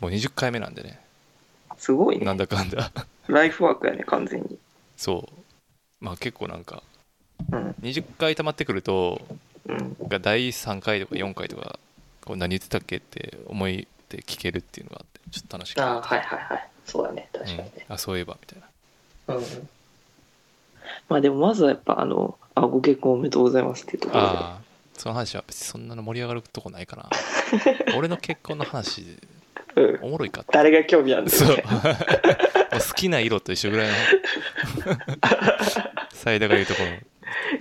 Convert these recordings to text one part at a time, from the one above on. もう20回目なんでねすごいなねんだかんだライフワークやね完全にそうまあ結構なんかうん20回溜まってくるとうんが第3回とか4回とかこう何言ってたっけって思いで聞けるっていうのがあってちょっと楽しくあなあはいはいはいそうだね確かにね、うん、あそういえばみたいなうんまあでもまずはやっぱあのあご結婚おめでとうございますっていうところでああその話は別にそんなの盛り上がるとこないか な俺の結婚の話うん、おもろいかって誰が興味あるんだそうよ もうね好きな色と一緒ぐ らいのサイダが言うとこ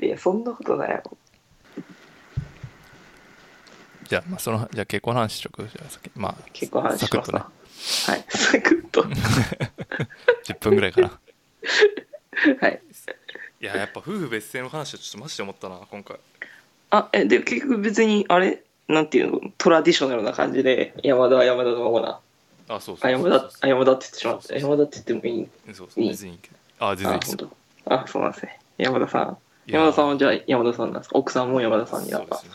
ろいやそんなことないよじゃあ,、まあ、そのじゃあ結婚の話しとくじゃあ先まあ結構話サしクッますとなねはいサクッと10分ぐらいかなはい いややっぱ夫婦別姓の話はちょっとマジで思ったな今回あえで結局別にあれなんていうのトラディショナルな感じで山田は山田のままなあそうそうそあう山田あ山田って言ってしまっそたうそう山田って言ってもいいそうそう全然いいけどあ全然いいあです本当あそうなんですね山田さんいやー山田さんはじゃあ山田さんなんですか奥さんも山田さんになそうっでたすね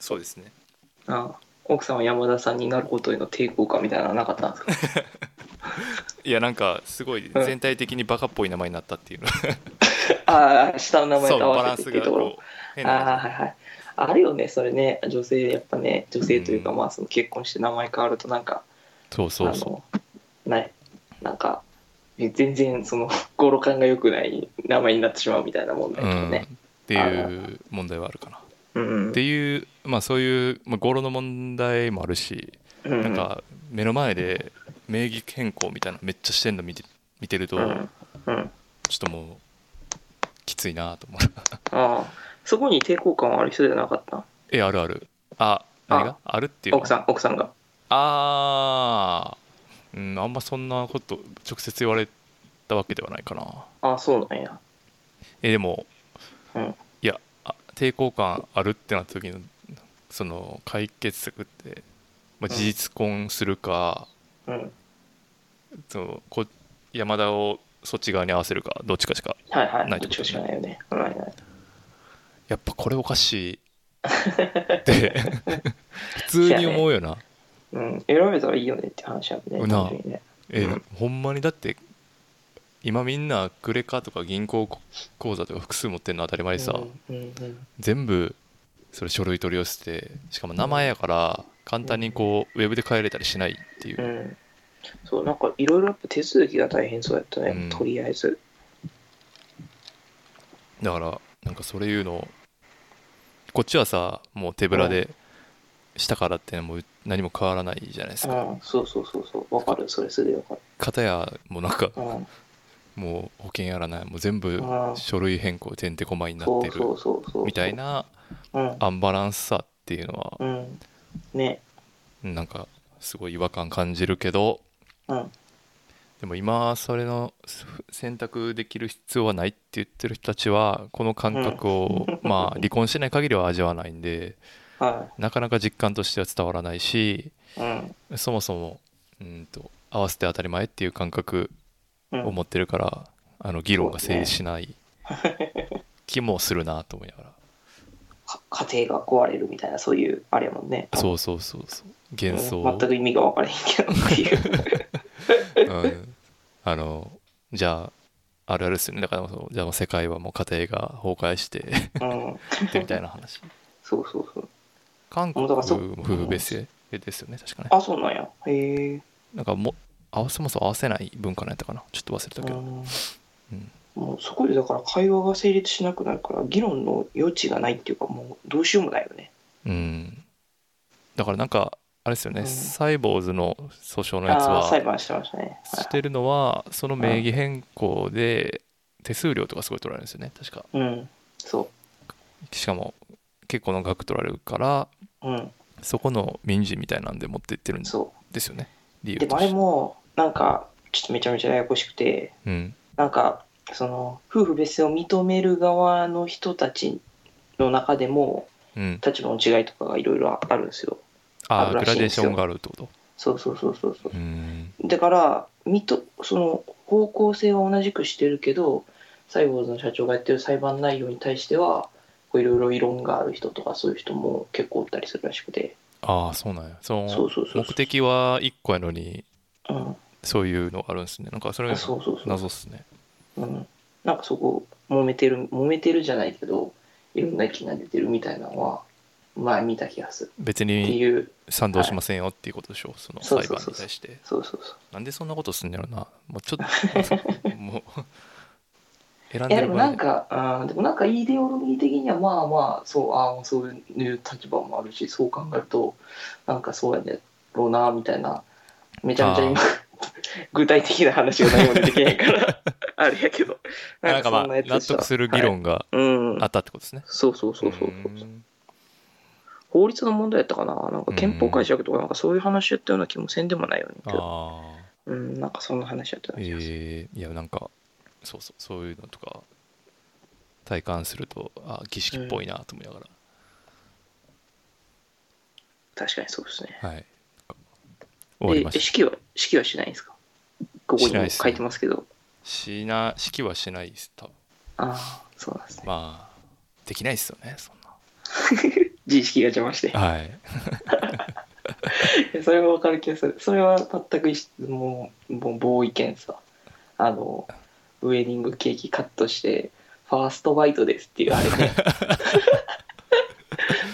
そうですねあ奥さんは山田さんになることへの抵抗感みたいなのはなかった んですかいやなんかすごいうん全体的にバカっぽい名前になったっていうのああ下の名前そうと合バラわンせてスっていがうところこう変ああなはいはいあるよねそれね女性やっぱね女性というか、うんまあその結婚して名前変わるとなんかそうそうそあのないなんかえ全然その 語呂感が良くない名前になってしまうみたいな問う、う題とかん、っね、ていう問題はあるかなっうんうん、ていうまあそういう、まあ、語呂の問題もあるしうんなんか目の前で名義変更みたいなのめっちゃしてんの見て見てるとうちょんうんっともうきついなと思ああそこに抵抗感はある人じゃなかったう えあるあるあ何があるっていうの奥さん奥さんがあーうんあんまそんなこと直接言われたわけではないかなああそうなんやえでもうんいやあ抵抗感あるってなった時のその解決策って、まあ、うん事実婚するか、うんそのこ山田をそっち側に合わせるかどっちかしかはいはいないどっちかしかないよねないないやっぱこれおかし いって 普通に思うよな、うん、選べたらいいよねって話やんね。なあ単純にねえうんほんまにだって今みんなクレカとか銀行口座とか複数持ってるの当たり前でさ、うんうんうん全部それ書類取り寄せてしかも名前やから簡単にこうウェブで変えれたりしないっていう、うんそう、なんかいろいろやっぱ手続きが大変そうやったね、うんとりあえず。だからなんかそれいうのをこっちはさもう手ぶらでしたからってもう何も変わらないじゃないですうかん、そうそうそうそう、わかる、それすぐわかる。片やもうなんかうん、もう保険やらないもう全部うん書類変更てんてこまいになっそてうそるうそうそう。みたい。なうん、アンバランスさっていうのはうん、ね、なんかすごい違和感感じるけどうん、でも今それの選択できる必要はないって言ってる人たちはこの感覚を、まあ離婚してない限りは味わわないんではなかなか実感としては伝わらないしい。うん、そもそもうんと合わせて当たり前っていう感覚うをん、持ってるから、あの議論が成立しない気もするなと思いながらか家庭が壊れるみたいな、そういう、あれやもんね。そうそうそうそううん幻想、全く意味が分からへんけどっていう。うん、あのじゃああるあるですよねだからそうじゃあもう世界はもう家庭が崩壊してうん、ってみたいな 話そうそうそう。韓国だからもそ夫婦別姓ですよね確かねあ、そうなんや。へえ。なんかもう合わせもそも合わせない文化なんやったかなちょっと忘れたけど、うんうん、もうそこでだから会話が成立しなくなるから議論の余地がないっていうかもうどうしようもないよねうん、だからなんかあれですよね、うんサイボーズの訴訟のやつああー裁は判してましたねはいしてるのはその名義変更で手数料とかすごい取られるんですよね確かうんそしかも結構の額取られるからううんそこの民事みたいなんで持ってってるんでそですよね理由うでもとあしれてもなんかちょっとめちゃめちゃややこしくてうんなんかその夫婦別姓を認める側の人たちの中でもうん立場の違いとかがいろいろあるんですよあああるグらしいラんデーですシよョンがあるってことそうそうそうそうそううんだからみとその方向性は同じくしてるけどサイボーズの社長がやってる裁判内容に対してはこういろいろ異論がある人とかそういう人も結構おったりするらしくてああそうなんやそのそうそうそうそう目的は1個やのにうんそういうのあるんですねなんかそれあそうそうそう謎っすねうん、なんかそこ揉めてる揉めてるじゃないけどいろんな意見が出てるみたいなのは前見た気がする別ってにいう賛同しませんよっていうことでしょそのそう裁そう判そうに対してそうそうそなんでそんなことすんねやろなもうちょっと もう選んういやででるも場な合んかあーでもなんかイデオロギー的にはまあまあそうあーそういう立場もあるしそう考えるとなんかそうやねろうなみたいなめちゃめちゃ今 具体的な話が何も出てけへんから あれやけどなんかまあそんなやつで納した得する議論がはいうんあったってことですねそうそうそうそうそうーん法律の問題やったかななんか憲法解釈とかなんかそういう話やったような気もせんでもないよねんけどああうんなんかそんな話やったような気がする、ええいやなんかそうそうそういうのとか体感するとあ儀式っぽいなと思いながら、確かにそうですねはい終わりまえし式は式はしないんですかここしにないもですね書いてますけどたしな式はしないです多分ああそうなんですね、まあできないですよねそんな自意識が邪魔してはいいや それはわかる気がするそれは全く一緒もうもう棒意見さあのウェディングケーキカットしてファーストバイトですっていうあ れね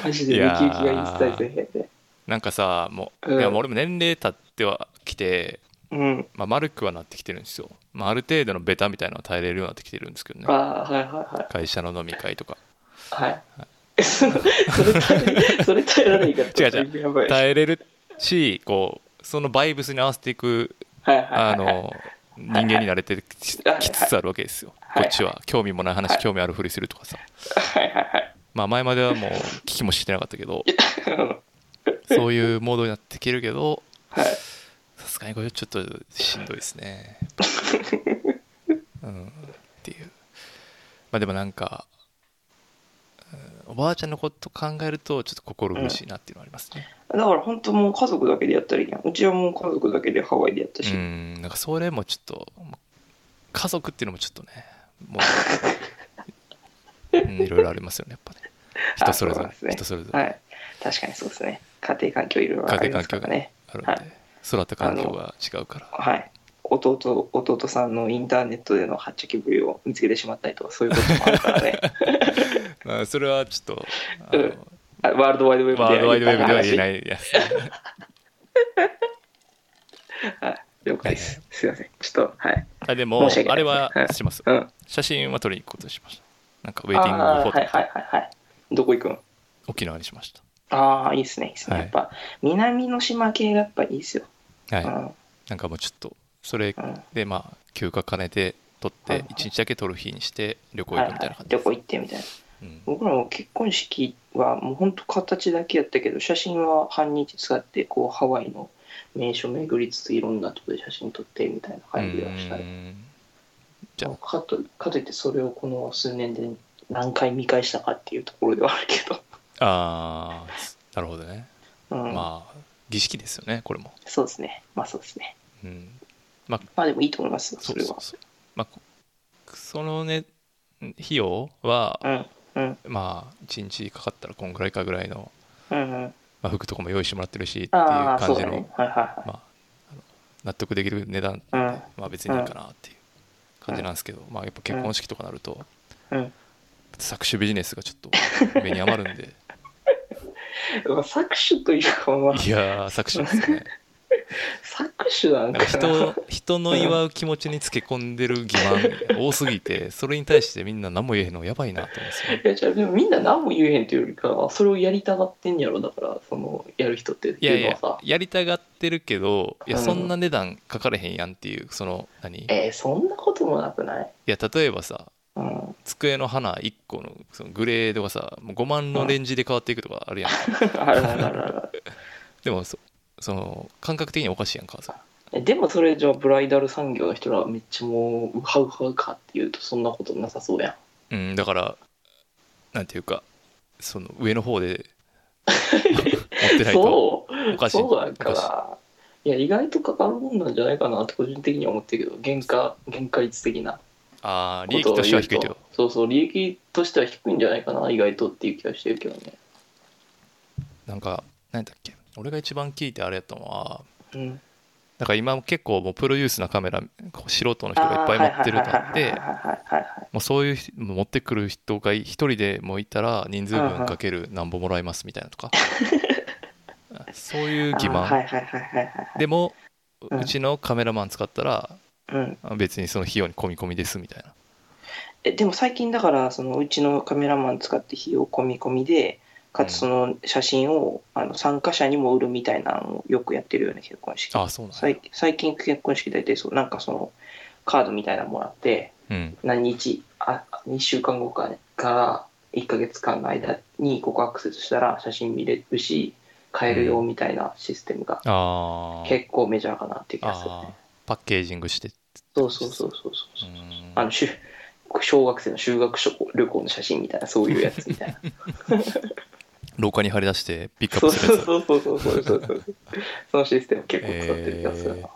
マジでウキウキが一切せえへんでなんかさもう、うんいやもう俺も年齢経ってはきて、うんまあ、丸くはなってきてるんですよ、まあ、ある程度のベタみたいなのは耐えれるようになってきてるんですけどねああはいはいはい会社の飲み会とかはい。 それ耐えそれ耐えられないから違う違う。やばい。はい耐えれるしこうそのバイブスに合わせていくはいはい。あの人間に慣れてきはいはいきつつあるわけですよ、はいはいこっちは興味もない話、興味あるふりするとかさ、はいはいまあ、前まではもう聞きもしてなかったけどはい。そういうモードになってきてるけどはい。さすがにこれちょっとしんどいです ね、うん、っていうまあでもなんか、うんおばあちゃんのこと考えるとちょっと心苦しいなっていうのはありますねだから本当もう家族だけでやったらいいやん。うちはもう家族だけでハワイでやったし。うんなんかそれもちょっと家族っていうのもちょっとねも う、うんいろいろありますよねやっぱね人それぞあそうなんれですね人それぞれ、はい。確かにそうですね。家庭環境いろいろあ家り庭ま環すか境らがね。あるんで、はい育った環境が違うからはい。弟、弟さんのインターネットでのはっちゃけぶりを見つけてしまったりとか、そういうこともあるから ね。まあそれはちょっとあの、うんあワールドワイドウェブで。ワールドワイドウェブでは言えないいやつ はい。了解です。すいません。ちょっと、はい。あでも申し訳ないあれははいしますうん。あ写真は撮りに行くことにしましたなんかウェイティングあフォー、ト、はいはいはいはい。どこ行くん沖縄にしましああ、いいですね、いいですね。はいやっぱ、南の島系がやっぱいいですよ。たはい、うんなんかもうちょっとそれうんでまあ休暇兼ねて撮っはいてはい一日だけ撮る日にして旅行は行くいみはたいない感じ旅です、行行ってみたいな。うん僕らも結婚式はもう本当形だけやったけど、写真は半日使って、こう、ハワイの名所巡りつついろんなとこで写真撮ってみたいな感じではしたうーね。んじゃあかとかといって、それをこの数年で何回見返したかっていうところではあるけど。あーなるほどね、うん、まあ儀式ですよねこれも、そうですね。まあそうですね。うん、まあでもいいと思いますよ、そそうれそはう。そうまあこそのね費用は、うん、うん、まあ1日かかったらこんぐらいかぐらいの、うん、うん。まあ、服とかも用意してもらってるしっていうあ感あ、そうじだの,、ね。はいはまあ、あの納得できる値段いはい。まあ別にいいかなっていう感じなんですけど、まあやっぱ結婚式とかなると、うん、うん。作詞ビジネスがちょっ と目に余るんでまあ、搾取というか、まあ、いやー作詞ですね搾取なんなかんかな人人の祝う気持ちにつけ込んでる欺瞞多すぎてそれに対してみんな何も言えへんのやばいなと思うんですよねいやじゃあでもみんな何も言えへんというよりかはそれをやりたがってんやろだからそのやる人ってっいてやいいうのやはさやりたがってるけどいやうんそんな値段かからへんやんっていうその何いえーそんなこともなくない、や例えばさうん、机の花1個のそのグレードがさもう5万のレンジで変わっていくとかあるやんあらあらあら でもそその感覚的におかしいやんかそれえでもそれじゃあブライダル産業の人らはめっちゃもうウハウハかっていうとそんなことなさそうやんうん、だから、なんていうか、その上の方 で持ってないとそうおかしい。そうなんおかかいや意外とかかるもんなんじゃないかなって個人的には思ってるけど原価原価率的なしいああ、利こと益を言とうしては低いけど、そうそう利益としては低いんじゃないかな意外とっていう気がしてるけどねなんか、何だっけ俺が一番聞いてあれやったのはうん、なんか今結構もうプロユースなカメラこう素人の人がいっぱい持ってるとあってあーはいはいはいはいはいはいはいもうそういう人持ってくる人が一人でもいたら人数分かける何本もらえますみたいな とかそういう欺あーは瞞いはいはいはいはいでもうんうちのカメラマン使ったらうん、別にその費用に込み込みですみたいなえでも最近だからそのうちのカメラマン使って費用込み込みでかつその写真をあの参加者にも売るみたいなのをよくやってるよね結婚式ああそうなんだ最最近結婚式大体そうなんかそのカードみたいなのもらってうん何日あ2週間後か、から1ヶ月間の間にここアクセスしたら写真見れるし買えるよみたいなシステムがあー結構メジャーかなっていう気がするあーねパッケージングしてそうそうそうそううそう、んあのしゅ小学生の修学旅行の写真みたいなそういうやつみたい な廊下に張り出してピックアそッうプするそうやつそうそうそうそうそうそう そのシステム結構使ってる気がするな、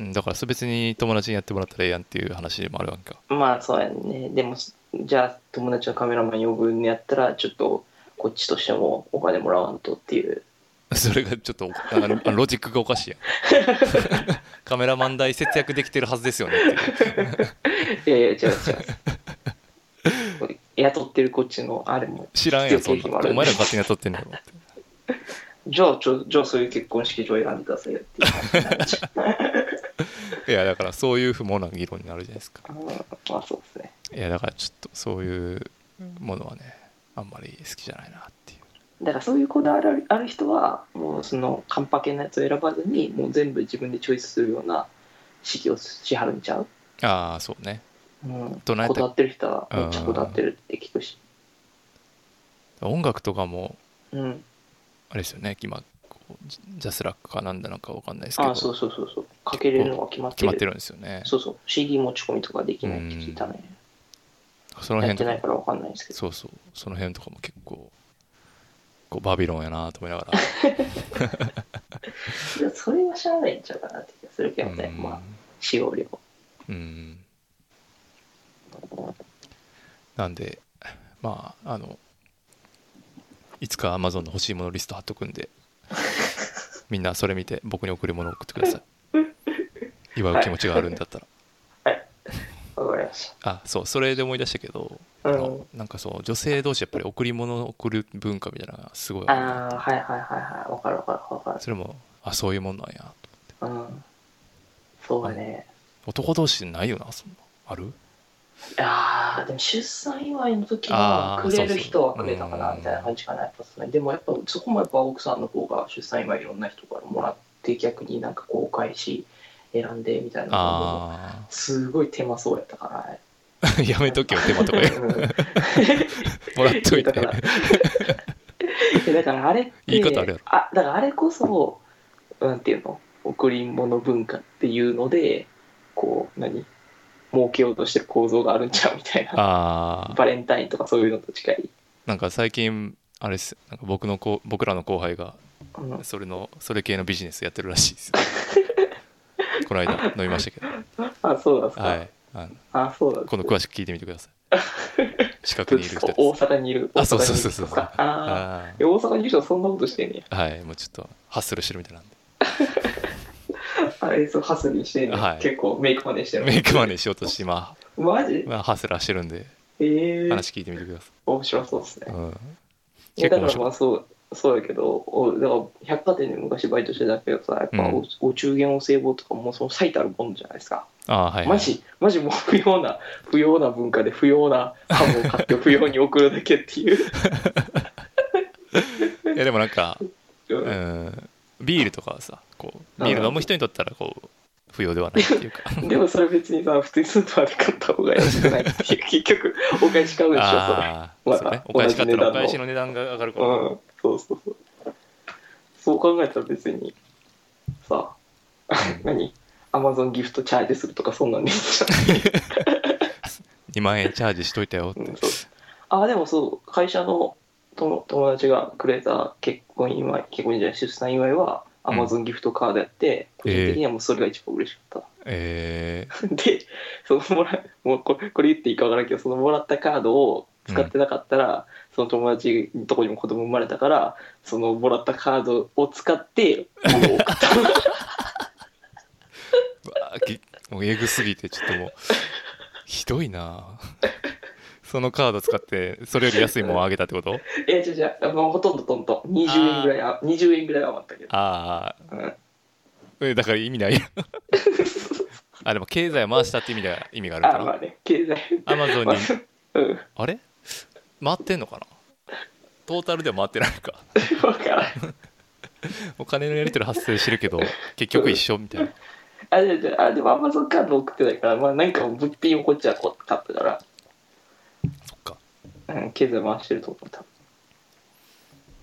うんだからそれ別に友達にやってもらったらええやんっていう話もあるわけか まあそうやねでもじゃあ友達のカメラマン呼ぶんやったらちょっとこっちとしてもお金もらわんとっていうそれがちょっとあのあのロジックがおかしいやん カメラマン代節約できてるはずですよねっていういやいや、違う違う。 雇ってるこっちのあれも。知らんやんそんな必ん要経費もあおる前らが勝手に 雇ってんのやろってじゃあ、ちょじゃあそういう結婚式場選んでくださいよっていう 話になっちゃういやだからそういう不毛な議論になるじゃないですかあーまあそうですね。いやだからちょっとそういうものはねあんまり好きじゃないなっていうだからそういうこだわりあるある人は、もうそのカンパケのやつを選ばずに、もう全部自分でチョイスするような式をしはるんちゃう、ああそうねうん、どないやったこだわってる人はめっちゃこだわってるって聞くし。音楽とかもうん、あれですよね今こうジジャスラックかなんだのかわかんないですけあどあ、そうそうそうそう。かけれるのが決まって決る。まってるんですよねそうそう。CD 持ち込みとかできないって聞いたね。そのやっ辺とてなかいからわかんないんですけど。そうそうその辺とかも結構こうバビロンやなと思いな がらいやそれはしゃあないんちゃうかなって気がするけどね、うんまあ使用量うんなんでまああのいつか Amazon の欲しいものリスト貼っとくん でみんなそれ見て僕に贈り物を送ってくだ さい祝う気持ちがあるんだったらわかりましあそうそれで思い出したけど、たうあんのなんかそう女性同士やっぱり贈り物を贈る文化みたいなのがすごいあるなああはいはいはいはいわかるわかるわかそれもあそういうもんなんやるうんそうだね男同士ないよなそんなあるああでも出産祝いの時あはーくれる人はくれたかそうなそうみたいな感じかなやっぱそれでもやっぱそこもやっぱ奥さんの方が出産祝いいろんな人からもらって逆になんかこうお返し選んでみたいなのもあすごい手間そうやったからあ やめとけよ手間とか ようんもらっといだてからえ だからあれって言い方あるやろあだからあれこそなんていうの贈り物文化っていうのでこう何儲けようとしてる構造があるんちゃうみたいな ああバレンタインとかそういうのと近い、なんか最近あれですなんか僕のこ僕らの後輩がうん、それのそれ系のビジネスやってるらしい ですよこの間飲みましたけどあそうなんですか、はいあのあそうなんです今度詳しく聞いてみてくだ さい近くどうにでいる人すかです大阪にいる大あ阪そうにいそうそうる人そうとかああーえ大阪にいる人はそんなことしてんねーはいもうちょっとハッスルしてるみたいなんでやあれそうハスリーしてんねや、はい結構メイクマネしてるメイクマネーしようとして今、マジまあ、ハッスラーしてるんでええー、話聞いてみてくださ面白そうですねい、うん、いや結構だか面ら白まいあそうそうやけどおだから百貨店で昔バイトしてたけどさやっぱお,、うお中元お歳暮とかもその最たるもんじゃないですか、ああはい、はい、マジマジもう不要な不要な文化で不要なハムを買って不要に送るだけっ ていう、いやでもなんかうんうんビールとかはさこううんビール飲む人にとったらこう不要ではないっていうかで もそれ別にさ普通にスーパーで買った方が安 くないっていう結局お返し買うでしょそれああそうねお返し買ったらお返しの値段が上がるから、うんそうそうそうそう考えたら別にさ何アマゾンギフトチャージするとかそんなんでいいんじゃない2万円チャージしといたよって、うんそうあでもそう会社の友友達がくれた結婚祝い結婚じゃない出産祝いはうアんマゾンギフトカードやって、個人的にはもうそれが一番嬉しかっえた、 で そのもらもうこれこれ言っていいか分からんけどそのもらったカードを使ってなかったら、その友達のとこにも子供生まれたからそのもらったカードを使 って物を送ったわあぎもうえぐすぎてちょっともうひどいなそのカード使ってそれより安いものあげたってことえ違う違うもうほとんどトントン20円ぐらいあ20円ぐらいは余ったけどああ、うんえだから意味 ないあでも経済回したって意味では意味があるかあらまあね経済アマゾンまにあ うんあれ回ってんのかなトータルでは回ってないか 分からんお金のやり取り発生してるけど結局一緒みたいなあれであでもアマゾンカード送ってないからまあなんか物品をこっちはこう買ったか、そっからうん、経済回してると思う多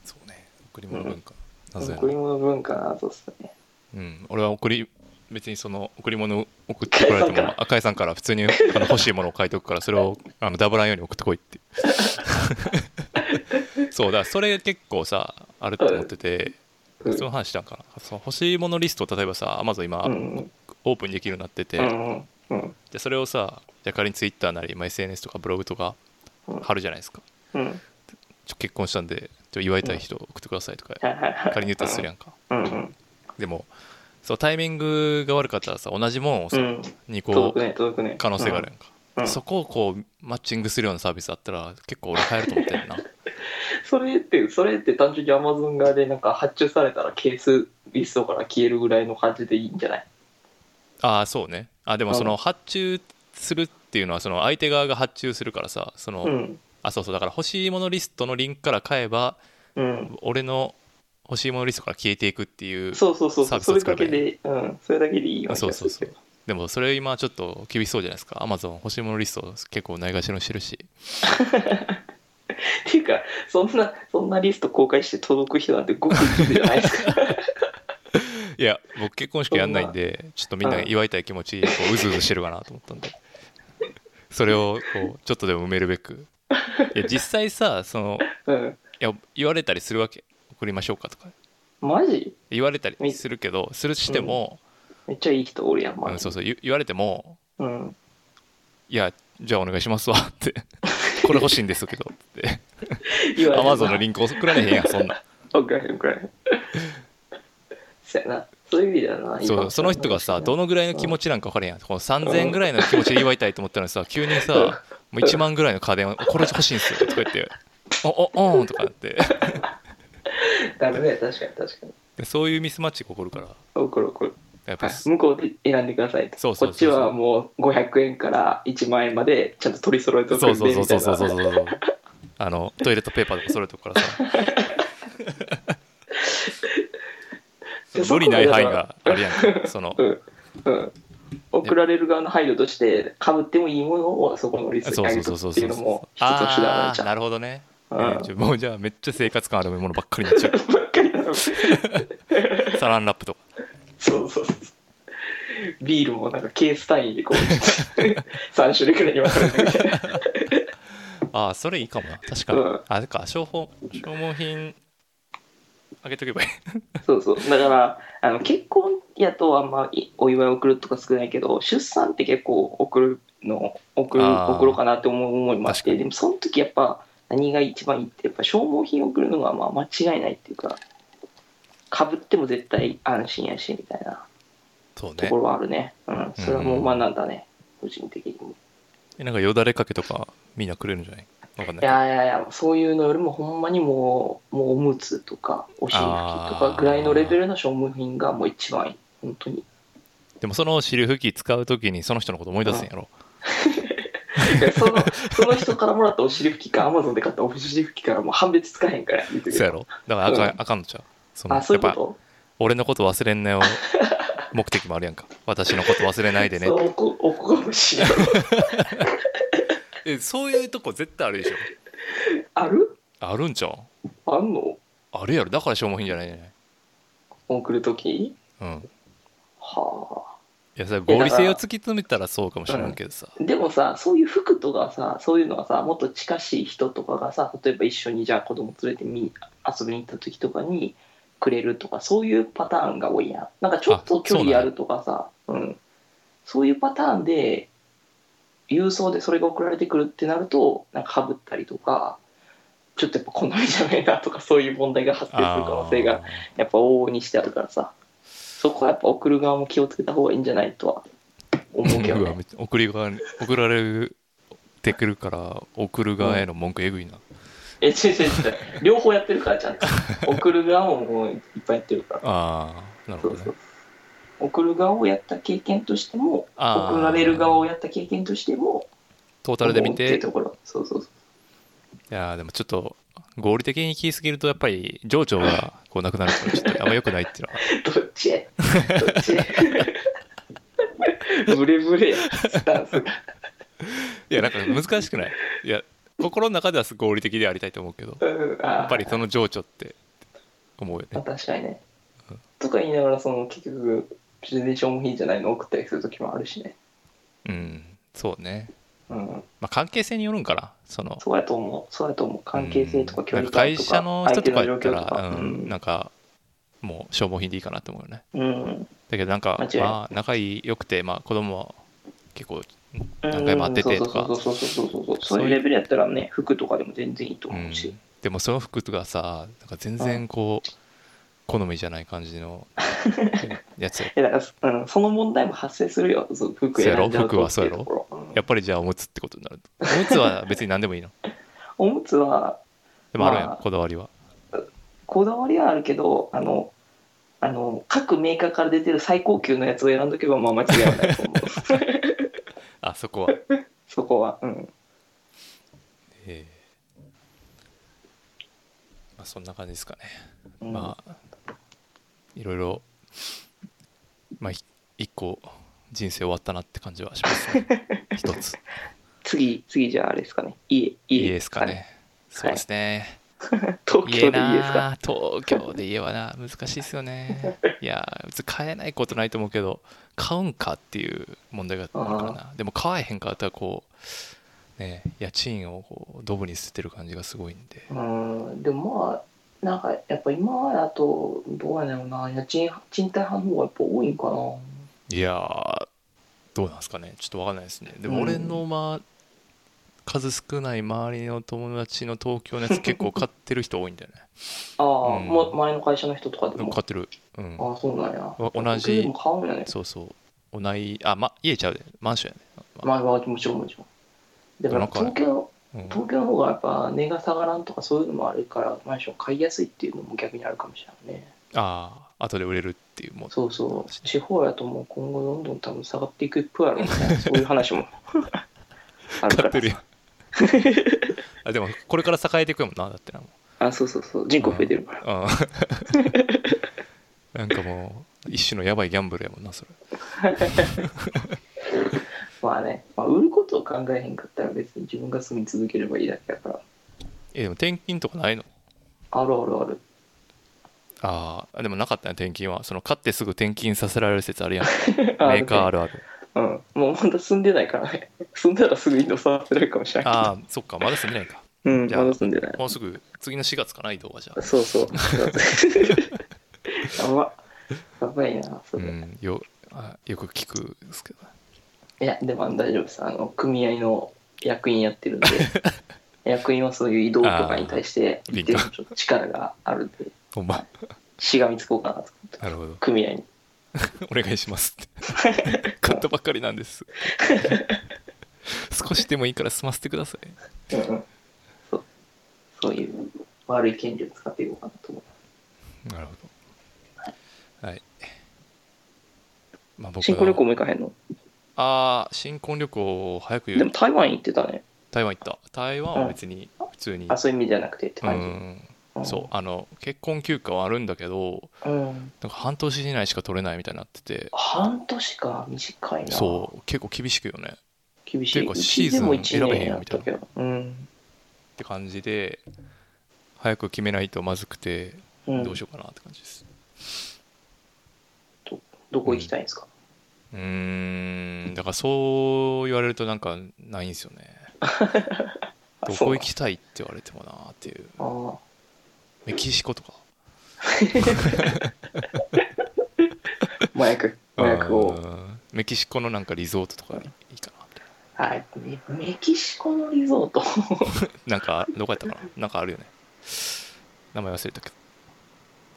そうね贈り物文化なぜ分や贈りろ物文化なそうっすねうん俺は贈り別にその贈り物を送ってこられて も赤井さんから普通にあの欲しいものを書いておくからそれをあのダブらんように送ってこいって いうそうだからそれ結構さあると思っててうんその話したんかなその欲しいものリストを例えばさ Amazon 今うんオープンできるようになってて、うんうんうんでそれをさじゃあ仮に Twitter なり、まあ、SNS とかブログとかうん貼るじゃないですかうんちょ結婚したんでちょ祝いたい人送ってくださいとかはいはいはい仮に言ったとするやんかうんうんでもそうタイミングが悪かったらさ同じもんをさ、うんにこ届くうね届くね可能性があるやんか、うんうんそこをこうマッチングするようなサービスあったら結構俺流行ると思ってるなそれってそれって単純にアマゾン側でなんか発注されたらケースリストから消えるぐらいの感じでいいんじゃないああそうねあでもそうんの発注するっていうのはその相手側が発注するからさその、うんあそうそうだから欲しいものリストのリンクから買えばうん俺の欲しいものリストから消えていくっていうそうそうそうサそーうビスそを作れれだばいけいでうんそれだけでいいような気そうがそうすそるうでもそれ今ちょっと厳しそうじゃないですか Amazon 欲しいものリスト結構ないがしろにしてるしっていうかそんなそんなリスト公開して届く人なんてごく一部じゃないです かいや僕結婚式やんないんでちょっとみんなうん祝いたい気持ちこううずうずしてるかなと思ったんでそれをこうちょっとでも埋めるべくいや実際さそのうんいや言われたりするわけ送りましょうかとかマジ言われたりするけどするしても、めっちゃいい人おるやんあまのそうそう言言われてもうんいやじゃあお願いしますわってこれ欲しいんですけど って言われ Amazon のンリンク送られへんやんそんなク送らへん送らへん そやなそういう意味だよなそうその人がさどのぐらいの気持ちなんか分からへんやんこの3000円ぐらいの気持ちで祝いたいと思ったのにさ急にうんさもう1万ぐらいの家電をこれ欲しいんですよとか言って「おおおん」とかなって ダメだよ確かに確かにでそういうミスマッチが起こるから怒る怒るやっぱはいす向こうで選んでくださいとそうそうそうこっちはもう500円から1万円までちゃんと取り揃えてそおうくそんうでそうそみうたそいうそうなそうそうあのトイレットペーパーとかそれとこから さその無理ない範囲があるやんかそのうんうん送られる側の配慮としてかぶってもいいものを そこのリストそにうそあげうとそうくそうそっていううのも一つの手段あなんじあゃなうるほどね、うんえーちょもうじゃあめっちゃ生活感あるものばっかりになっちゃうばっかりなのサランラップとかそうそうそうビールもなんかケース単位でこう 3種類くらいに分かれてるみたいなああそれいいかもな確かに、うんあれか消耗消耗品あげとけばいいそうそうだからあの結婚やとあんまいお祝い送るとか少ないけど出産って結構送るの送るあー送ろうかなって思う思いもあっ確かてにでもその時やっぱ何が一番いいってやっぱ消耗品送るのがまあ間違いないっていうかかぶっても絶対安心やしみたいなそうとねころはあるねうんそれはもう学んだね、個人的にもなんかよだれかけとかみんなくれるんじゃないわかんないいやいやいやそういうのよりもほんまにもうもうおむつとかおしり拭きとかぐらいのレベルの消耗品がもう一番いい本当にでもその尻拭き使う時にその人のこと思い出すんやろ、いやそのその人からもらったお尻拭きかアマゾンで買ったお尻拭きからもう判別つかへんから見てるそうやろだからあかん,、うんあかんのちゃうそのあそういうやっぱこ俺のこと忘れんな よ目的もあるやんか私のこと忘れないと、でねそうおこおこがましいえそういうとこ絶対あるでしょあるあるんちゃうあんのあるやろだから消耗品じゃないね送るときうんはいやそれ合理性を突き詰めたらそうかもしれんけどさ、あでもさそういう服とかさそういうのがさもっと近しい人とかがさ例えば一緒にじゃあ子供連れてみ遊びに行った時とかにくれるとかそういうパターンが多いやんなんかちょあっとそう距なんや離あるとかさうん、そういうパターンで郵送でそれが送られてくるってなるとなんかかぶったりとかちょっとやっぱ好みじゃないなとかそういう問題が発生する 可能性がやっぱ往々にしてあるからさそこはやっぱ送る側も気をつけた方がいいんじゃないとは思うけどうわねめっちゃ送りが送られてくるから送る側への文句えぐいな、え違う違う違う両方やってるから ちゃんと送る側ももういっぱいやってるからああなるそほうどそねう送る側をやった経験としてもあー送られる側をやった経験としてもトータルで見思うっていてうところそうそうそういやーでもちょっと合理的に行き過ぎるとやっぱり情緒がこうなくなるからちょっとあんま良くないっていう のはどっちへどっちへ ブレブレやスタンスがいやなんか難しくないいや心の中では合理的でありたいと思うけどうんあーやっぱりその情緒って思うよまあね確かにねうん。とか言いながらその結局プレゼンション品じゃないの送ったりする時もあるしね。うんそうねうん、まあ関係性によるんかなそのそうやと思う。そうやと思う。関係性とか距離うんな感んとか会社かの相人手とかやの状った況とらか。ううんんなんかもう消耗品でいいかなと思うよねうんだけどなんか間違いないまあ仲良くてまあ子供は結構何回も会っててとかうんそうそうそうそうそうそうそうそういうそういうレベルやったらね服とかでも全然いいとう思んうし、、でもその服がさなんか全然こう好みじゃない感じのやつえだから、うん、その問題も発生するよそう服選んじゃうとってそういうやろと服ころうんやっぱりじゃあおむつってことになるおむつは別に何でもいい のおむつはでもあるやん、まあこだわりはこだわりはあるけどあのあの各メーカーから出てる最高級のやつを選んどけばまあ間違いはない と思うあそこはそこは、うん、ええまあそんな感じですかねうんまあいろいろまあひ一個人生終わったなって感じはしますね 一つ次次じゃああれですかね家家ですかねそうですね、東家京でいいですかな東京で家はな難しいですよねいや別に買えないことないと思うけど買うんかっていう問題があるからなでも買えへんかったらこうね家賃をこうドブに捨ててる感じがすごいんでうんでもまあなんかやっぱ今はだとどうやねんな家賃賃貸派の方がやっぱ多いんかないやーどうなんですかねちょっと分かんないですねでもうん俺のまあ数少ない周りの友達の東京のやつ結構買ってる人多いんだよ ねああ、うんもう前の会社の人とかででもも買ってるうんああそうなんやお同じ僕でも買うんやねそうそう同いあま家ちゃうでマンションやね前はもちろんもちろんだからなんか東京うん東京の方がやっぱ値が下がらんとかそういうのもあるからマンション買いやすいっていうのも逆にあるかもしれないねああ後で売れるっていうもんそうそう地方やともう今後どんどん多分下がっていくっぽいやろうねそういう話 もあるか買らってるやん あでもこれから栄えていくもんなだってなもあそうそうそう人口増えてるからうう んなんかもう一種のやばいギャンブルやもんなそれまあね、まあ、売ることを考えへんかったら別に自分が住み続ければいいだけだからえでも転勤とかないのあるあるあるああでもなかったね転勤はその買ってすぐ転勤させられる説あるやんメ あーカーあるあ るうんもうまだ住んでないからね 住んだらすぐ移動させられるかもしれないああそっかまだ住んでないかうんじまゃあだ住んでないもうすぐ次の4月かな移動はじゃあそ うそうやばやばいなそうれ、んよあよく聞くんですけどいやでもあの大丈夫ですあの組合の役員やって るんで役員はそういう移動とかに対してあー一定のちょっと力があるんでほん ましがみつこうかなと思ってなるほど組合にお願いしますって 買ったばっかりなんです少しでもいいから済ませてくださいうんうんそうそういう悪い権利を使っていこうかなと思うなるほどはい、まあ、僕は新婚旅行も行かへんのああ新婚旅行早くで言もう台湾行ってたね台湾行った台湾は別に普通にあそういう意味じゃなくてってう感んじそうあの結婚休暇はあるんだけどうん、うん、なんか半年以内しか取れないみたいになってて半年か短いなそう結構厳しくよねっ厳していいうかうちシーズンでも一選べへん年よやみったいなたけどうんて感じで早く決めないとまずくてうんどうしようかなって感じですどこ行きたいんですか、うーんだからそう言われるとなんかないんですよねどこ行きたいって言われてもなっていうあそうあメキシコとかー麻薬麻薬をうんメキシコのなんかリゾートとかいいかなみたいなはい、メメキシコのリゾートなんかどこやったかななんかあるよね名前忘れたけど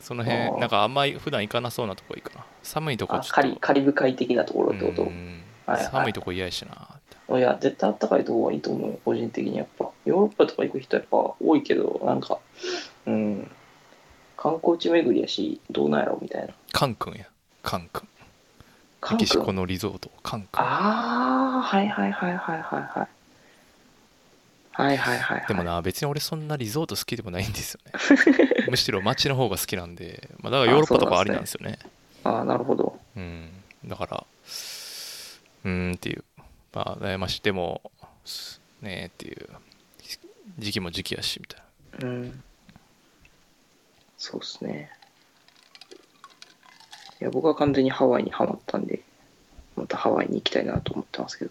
そのあ辺ーなんかあんまり普段行かなそうなとこいいかな寒いとこあちょっとカリカリブ海的なところってことうんはいはい寒いとこ嫌やしなっていや、絶対あったかいとこがいいと思うよ、個人的にやっぱ。ヨーロッパとか行く人やっぱ多いけど、なんか、うん、観光地巡りやし、どうなんやろみたいな。カン君やカン君メ韓キシコ国のリゾートカン君ああ、はいはいはいはいはいはい。はいはいはい、はい。でもな別に俺そんなリゾート好きでもないんですよね むしろ街の方が好きなんで、まあ、だからヨーロッパとかありなんですよねああ、なるほど。うんだからうーんっていうまあ悩ましいでもすねえっていう時期も時期やしみたいなうん。そうっすね。いや、僕は完全にハワイにハマったんで、またハワイに行きたいなと思ってますけど。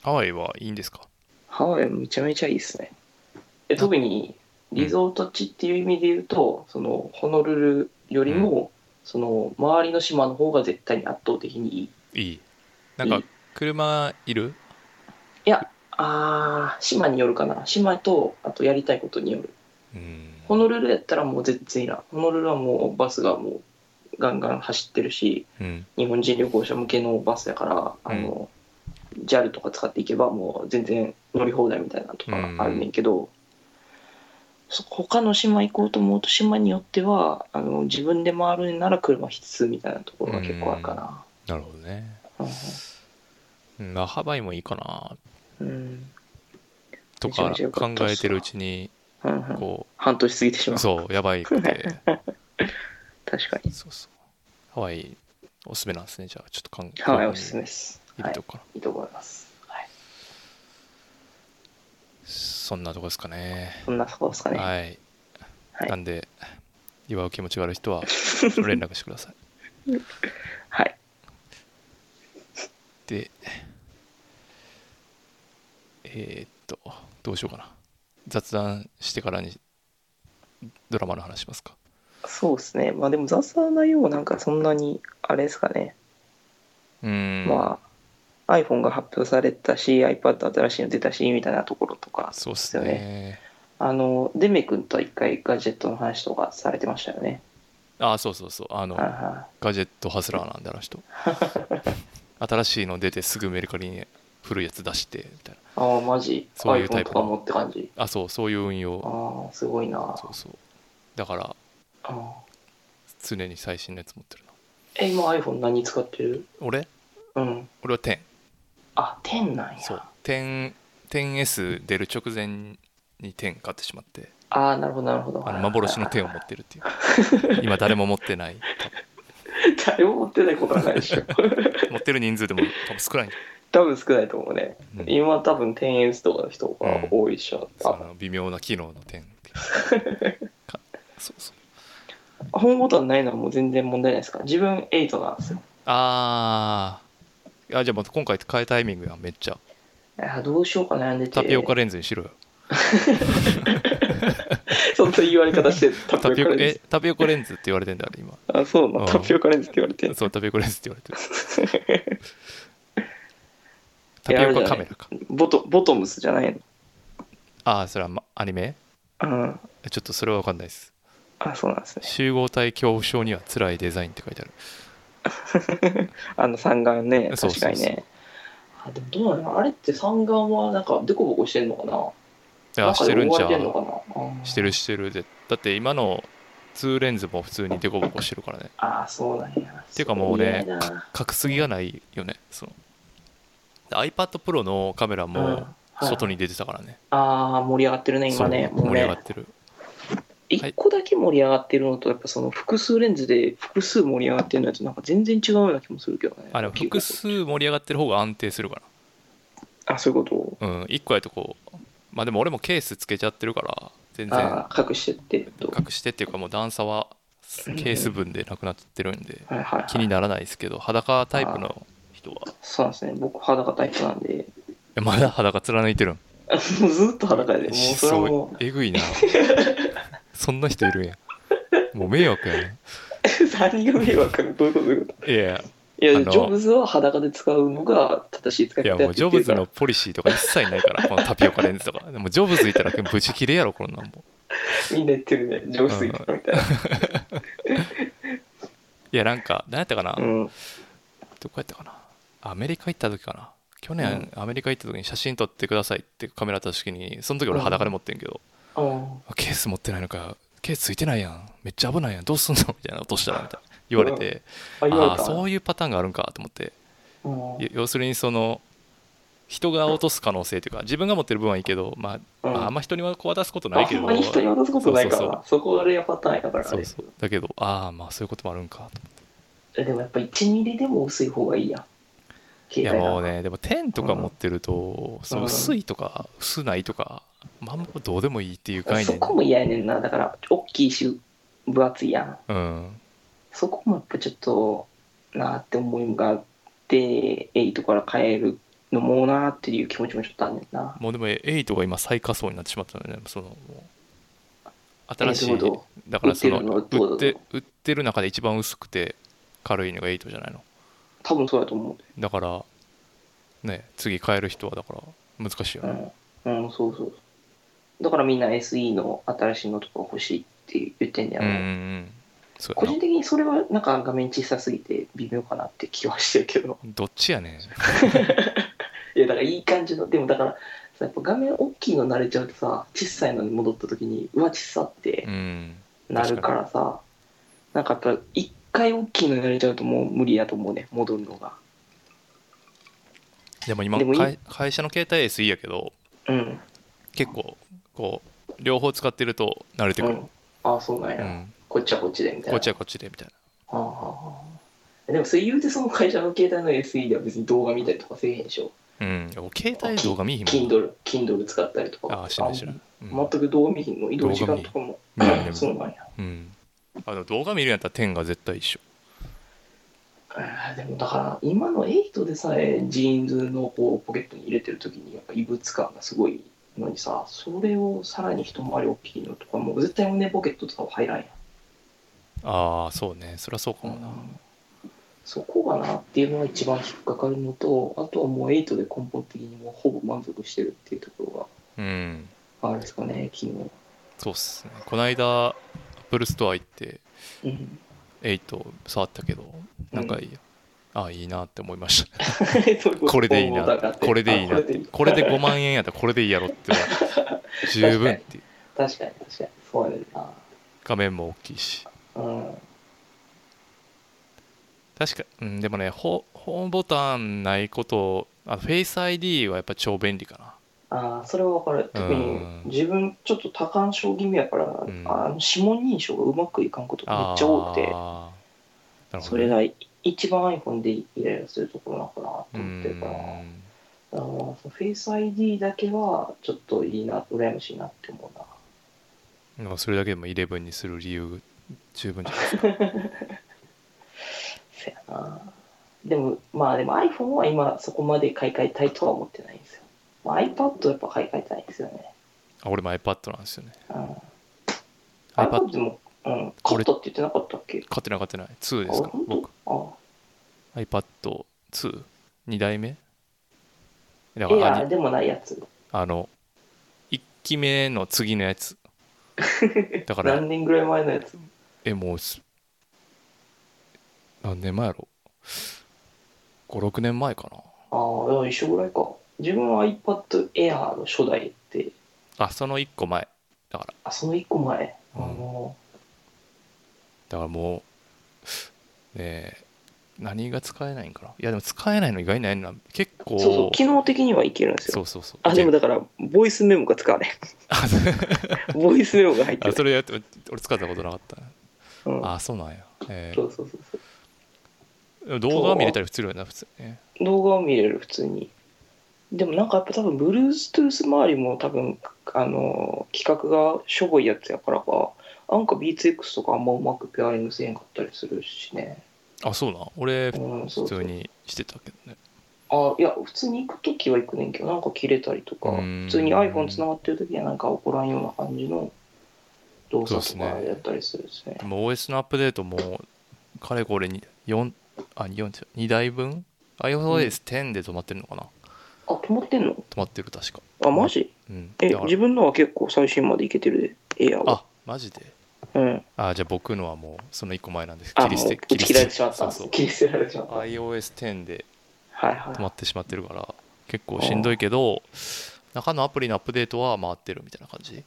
ハワイはいいんですかハワイめちゃめちゃいいですね。え特にリゾート地っていう意味で言うと、そのホノルルよりも、その周りの島の方が絶対に圧倒的にいい。いいなんかいい車いるいや、あー島によるかな。島と、あとやりたいことによる。うんホノルルやったらもう全然いらん。ホノルルはもうバスがもうガンガン走ってるし、うん日本人旅行者向けのバスやから、あの、JAL とか使っていけばもう全然乗り放題みたいなのとかあるねんけど、そ他の島行こうと思うと島によってはあの自分で回るなら車必須みたいなところが結構あるかな。なるほどねうんうんまあハワイもいいかなうんとめちゃかめちゃ良か考ったっすわえてるうちにうんうんこ半年過ぎてしまううそうやばいく て確かにそうそうハワイおすすめなんですねじゃあちょっと考えハワイおすすめです入はれいとこうかないいと思います、はい、そんなとこですかねそんなとこですかねはい、はいなんで祝う気持ちがある人 は連絡してくださいはい、でえーっとどうしようかな雑談してからにドラマの話しますかそうですねまあでも雑談内容もなんかそんなにあれですかねうーんまあ iPhone が発表されたし iPad 新しいの出たしみたいなところとかそうっすねあのデメ君とは一回ガジェットの話とかされてましたよねあそうそうそうあのはいはガジェットハスラーなんだあの 人新しいの出てすぐメルカリに古いやつ出してみたいいああマジそういうタイ iPhone プとかもって感じなあそうそういう運用ああすごいなそうそうだからあ常に最新のやつ持ってるなえ今 iPhone 何使ってる俺うん俺は10あ10なんやそう10 10S 出る直前に10買ってしまってああなるほどなるほどあの幻の10を持ってるっていう 今誰も持ってない誰も持ってないことはない でしょ持ってる人数でも多分少ない、多分少ないと思うね、うん今多分 10S とかの人が多いでしょ、そあの微妙な機能の10っていうか そうそう本ボタンないのはもう全然問題ないですか自分8なんですよあーあじゃあまた今回変えタイミングやめっちゃいやどうしようか悩んでてタピオカレンズにしろよそんな言われ方して タピタオピカオレカンえズタピオカレンズって言われてんだよ 今あそうなうんのタピオカレンズって言われてるそうタピオカレンズって言われてる タピオカカメラかボトボトムスじゃないああそれは、ま、アニメのうんちょっとそれは分かんないですあそうなんですね集合体恐怖症には辛いデザインって書いてあるあの三眼ねそう確そかうそうにねあでもどうなのあれって三眼はなんかデコボコしてんのかないやしてるんちゃ中で覆われてうんのかなうんしてるしてるでだって今の2レンズも普通にデコボコしてるからねああそうなんやていうかもうねすごいな隠すぎがないよねその iPad Pro のカメラうんもはい外に出てたからね、ああ盛り上がってるねそう今ねもう盛り上がねってる一個だけ盛り上がってるのとやっぱその複数レンズで複数盛り上がってるのやつなんか全然違うような気もするけどねあれ複数盛り上がってる方が安定するかあそういうことらうん1個やとこうまあでも俺もケースつけちゃってるから全然ああ隠してってと隠してっていうかもう段差はケース分でなくなってるんではいはい、はい、気にならないですけど裸タイプの人はそうなんですね僕裸タイプなんで えまだ裸貫いてるんもうずっと裸やでもう思それはも想えぐい なそんな人いるんやもう迷惑やね う何が迷惑かどういうことどういうこ いやいやいやあのジョブズは裸で使うのが正しい使いいや方もやうってジ言ョってブるズかのらポリシーとか一切ないからこのタピオカレンズとかでもジョブズいたらブチ切れやろこんなんもみんな言ってるねジョブズいたみたいな、いやなんか何やったかな、うん、どこやったかなアメリカ行った時かな去年アメリカ行った時に写真撮ってくださいってカメラあった時にその時俺裸で持ってんけど、あケース持ってないのかケースついてないやんめっちゃ危ないやんどうすんのみたいな落としたらみたいな言われて、あ言われああたそういうパターンがあるんかと思ってうんい要するにその人が落とす可能性というか自分が持ってる分はいいけど、まあうんまあ、あんま人にはこう渡すことないあけんどまり人に渡すことないからそなそうそうこがレアパターンやからあれそうそうだけどああまあそういうこともあるんかとえでもやっぱ1ミリでも薄い方がいいやんい携や帯もうなんかねでも点とか持ってると、そううん薄いとか薄ないとか、まあ、あんまどうでもいいっていう概そ念こも嫌やねんなだから大きいし分厚いやんうんそこもやっぱちょっとなあって思いがあって8から変えるのもなあっていう気持ちもちょっとあんねんなもうでも8が今最下層になってしまったので、ね、そのもう新しえいーどういうこだからその売ってるのは売って売ってる中で一番薄くて軽いのが8じゃないの多分そうだと思だからね次買える人はだから難しいようね、うん、うん、そうそうだからみんな SE の新しいのとか欲しいって言ってんねやうんろ、うんうんそう個やな人的にそれはなんか画面小さすぎて微妙かなって気はしてるけど どっちやねんいやだからいい感じのでもだからさやっぱ画面大きいの慣れちゃうとさ小さいのに戻った時にうわ小さってうんなるからさなんかやっぱ一回大きいのに慣れちゃうともう無理やと思うね戻るのがでも今でもいい会会社の携帯 SE やけどうん結構こう両方使ってると慣れてくる、ああそうなんうや、ん、こっちはこっちでみたいなこっちはこっちでみたいなああああでもそう言うてその会社の携帯の SE では別に動画見たりとかせえへんでしょうん携帯動画見えひんもん Kindle, Kindle 使ったりとかああしないしない、うん全く動画見ひんの移動時間とかも見ない見ない そうなんやうん、あでも動画見るんやったら10が絶対一緒あーでもだから今の8でさえジーンズのこうポケットに入れてる時にやっぱ異物感がすごいのにさそれをさらに一回り大きいのとかもう絶対胸ポケットとかは入らんやん、ああそうねそりゃそうかもな、そこがなっていうのが一番引っかかるのとあとはもう8で根本的にもうほぼ満足してるっていうとこうんろがあれですかね昨日そうっすねこの間アップルストア行ってうん、 8触ったけどなんかいいや、ああいいなって思いましたこれでいい なこれでいいなってこれで5万円やったらこれでいいやろって思う十分っていう確かに確かにそうやねんな画面も大きいしうん確か、うん、でもねホホームボタンないことあフェイス ID はやっぱ超便利かなああそれは分かる特にうん自分ちょっと多感症気味やから、んあの指紋認証がうまくいかんことがめっちゃ多くてあーなるほそどれねが一番 iPhone でイライラするところなのかなとう思ってるからだからんそのフェイス ID だけはちょっといいな羨ましいなって思うなでもそれだけでも11にする理由十分じゃないですかせやなでもまあでも iPhone は今そこまで買い替えたいとは思ってないんですよ、まあ、iPad はやっぱ買い替えたいんですよね、あ俺も iPad なんですよねうん、 iPad iPad でも、うん、こ買れったって言ってなかったっけ買ってなかったない2ですかあ本当僕あ iPad22 代目だエからアあーのでもないやつあの1期目の次のや つだから何年ぐらい前のやつえもうす何年前やろ56年前かああいや一緒ぐらいか自分は iPad Air の初代ってなあその1個前だからあその1個前、うんあのだからもうねえ何が使えないんかないやでも使えないの意外にないな結構そうそう機能的にはいけるんですそようそうそうあでもだからボイスメモが使われあ んボイスメモが入ってあるそれやって俺使ったことなかったなうん、あそうなんや、えそうそうそうそー動画は見れたり普通よな普通ねう動画を見れる普通にでもなんかやっぱ多分 Bluetooth 周りも多分あの規格がしょぼいやつやからかなんか BeatsX とかあんまうまくペアリングせえへんかったりするしね、あそうなん俺う普ん、そうそう通にしてたけどねあいや普通に行く時は行くねんけどなんか切れたりとかうーん普通に iPhone つながってる時はなんか起こらんような感じの動作とかそうっすねやったりするですねでも OS のアップデートもかれこれに4あ2 4 2台分 iOS10 で止まってるのかなあ止まってんの止まってる確かあマジうんえだから自分のは結構最新までいけてるでエアーはあマジでうんあじゃあ僕のはもうその1個前なんですあ切もり捨うて打ち切られてしまっそたうそう切り捨てられてしまったはい iOS10 ではい止まってしまってるから結構しんどいけど中のアプリのアップデートは回ってるみたいな感じ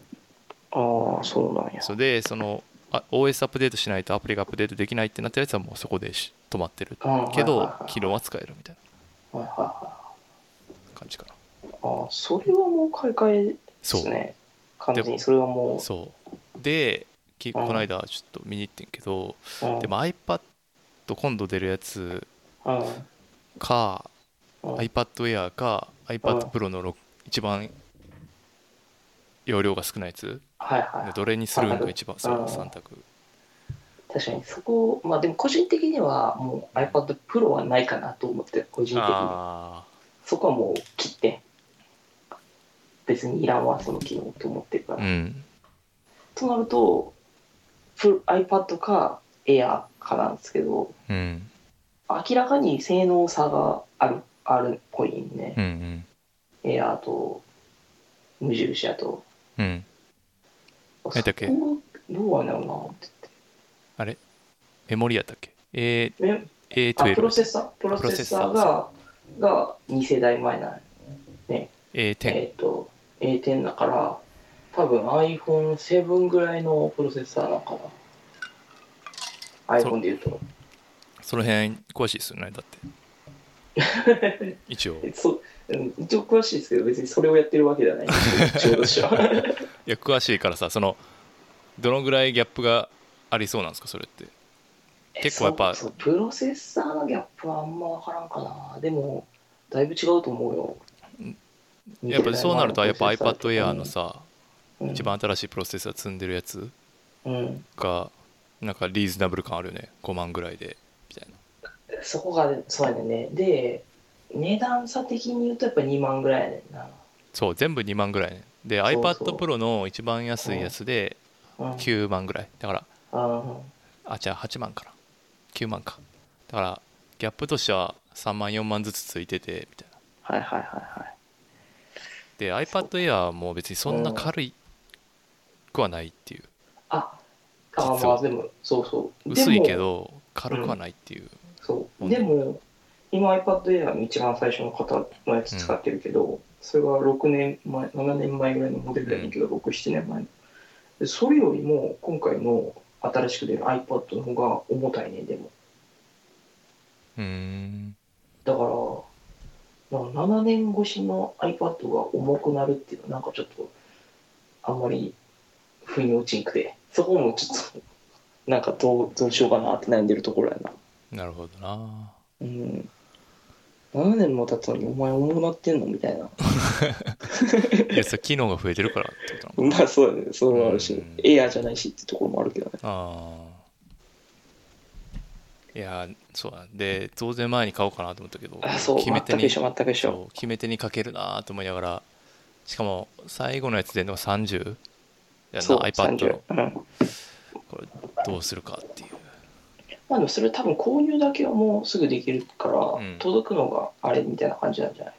ああそうなんやそれでそのあ OS アップデートしないとアプリがアップデートできないってなったやつはもうそこでし止まってるあーけはいどはいはい機能は使えるみたいはいはいはな感じかないああそれはもう買い替えでそすうね完全にそれはもうそうできこの間ちょっと見に行ってんけどうんでも iPad 今度出るやつうんかうん iPad Air か iPad Pro のろ一番容量が少ないやつはいはいでどれにするのが一番うんそう3択確かにそこまあでも個人的にはもう iPad Pro はないかなと思って個人的にあそこはもう切って別にいらんわその機能と思ってるかあら、うんとなるとプ iPad か Air かなんですけどうん明らかに性能差があるあるっぽいんでう、ん Air と無印やとうんうん何だっけそこどうはなるなってあれメモリやったっけ A- 言ってえあプロ A12 セッサープロセッサーがが2世代前なん A10 えっ、と A10 だから多分 iPhone7 ぐらいのプロセッサーなんかなそう iPhone で言うとその辺詳しいですよねだって 一応えそううん一応詳しいですけど別にそれをやってるわけじゃないんです よ私はいや詳しいからさそのどのぐらいギャップがありそうなんですかそれって結構やっぱえそうそうプロセッサーのギャップはあんま分からんかなでもだいぶ違うと思うようん見てやっぱりそうなるとやっぱない前 iPad プロセッサ Air ーのさうん一番新しいプロセッサー積んでるやつうんがなんかリーズナブル感あるよね5万ぐらいでみたいなそこがそうやねんねで値段差的に言うとやっぱ2万ぐらいやねんなそう全部2万ぐらいねでそうそう iPad Pro の一番安いやつでうん9万ぐらいだからうんあじゃあ8万かな9万かだからギャップとしては3万4万ずつついててみたいなはいはいはいはいで iPad Air も別にそんな軽いくはないっていうああ実まはあでもそうそう薄いけでもど軽くはないっていうそうでも今 iPad Air の一番最初の方のやつ使ってるけど、それが6年前7年前ぐらいのモデルだけど、67年前のでそれよりも今回の新しく出る iPad の方が重たいねでもうーんだからなんか7年越しの iPad が重くなるっていうのはなんかちょっとあんまり腑に落ちんくてそこもちょっとなんかどうどうしようかなって悩んでるところやななるほどなうん、7年も経つのにお前重くなってんのみたいないやそれ機能が増えてるからってことなの まあそうだねそれもあるし、うんエアーじゃないしってところもあるけどねああいやそうだで当然前に買おうかなと思ったけどあそう決め全手くに一緒全く一緒そう決め手にかけるなと思いながらしかも最後のやつでのが30やなそう iPad の30うんこれどうするかっていうまあでもそれ多分購入だけはもうすぐできるから、ん届くのがあれみたいな感じなんじゃない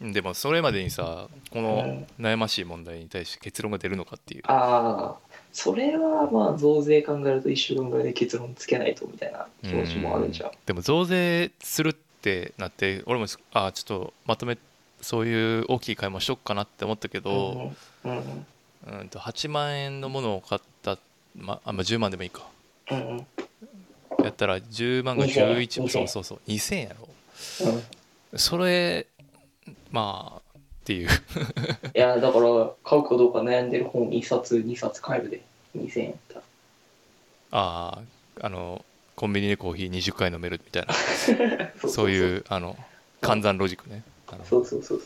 でもそれまでにさこうんの悩ましい問題に対して結論が出るのかっていうああそれはまあ増税考えると1週間ぐらいで結論つけないとみたいな気持ちもあるじゃんでも増税するってなって俺もあちょっとまとめそういう大きい買い物しとくかなって思ったけど、うんうんうん、と8万円のものを買った、まあまあ、10万でもいいかうんうんやったら10万が2000 11円そうそうそう2000円やろうんそれまあっていう いや、だから、買うかどうか悩んでる本1冊、2冊買えるで、2000円やったら。あああのコンビニでコーヒー20回飲めるみたいなそうう。いうあの換算ロジックねなるほそどうそうそう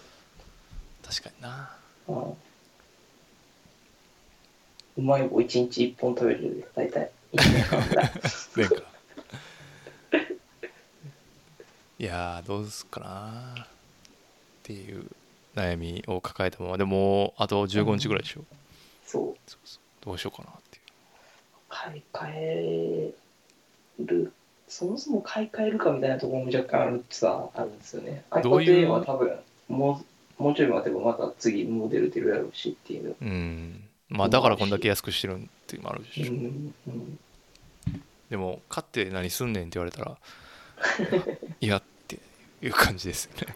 確かになそう。うんうまい棒1日1本食べれるで、大体。1年間ぐらい。前からいやーどうすっかなっていう悩みを抱えたままでもうあと15日ぐらいでしょ、そう。そうそうどうしようかなっていう買い替える、そもそも買い替えるかみたいなところも若干あるツアーあるんですよね。どういう iPad Air は多分もう、もうちょい待てばまた次モデル出るやろうしっていう。うんまあだからこんだけ安くしてるっていうのもあるうでしょ、んうん、でも買って何すんねんって言われたらいやっていう感じですよね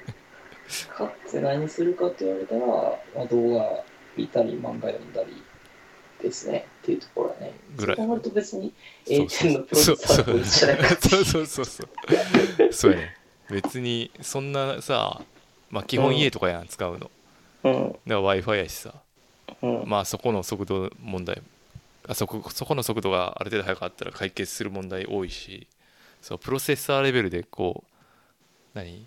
買って何するかって言われたら、まあ、動画見たり漫画読んだりですねっていうところはね。ぐらいそうなると別にそうそう A10 のプロセッサーと一緒じゃないかそうそうそうそうそうやね別にそんなさまあ基本家とかやん使うのだかうんら w i f i やしさうんまあそこの速度問題あそこそこの速度がある程度速かったら解決する問題多いしそうプロセッサーレベルでこう何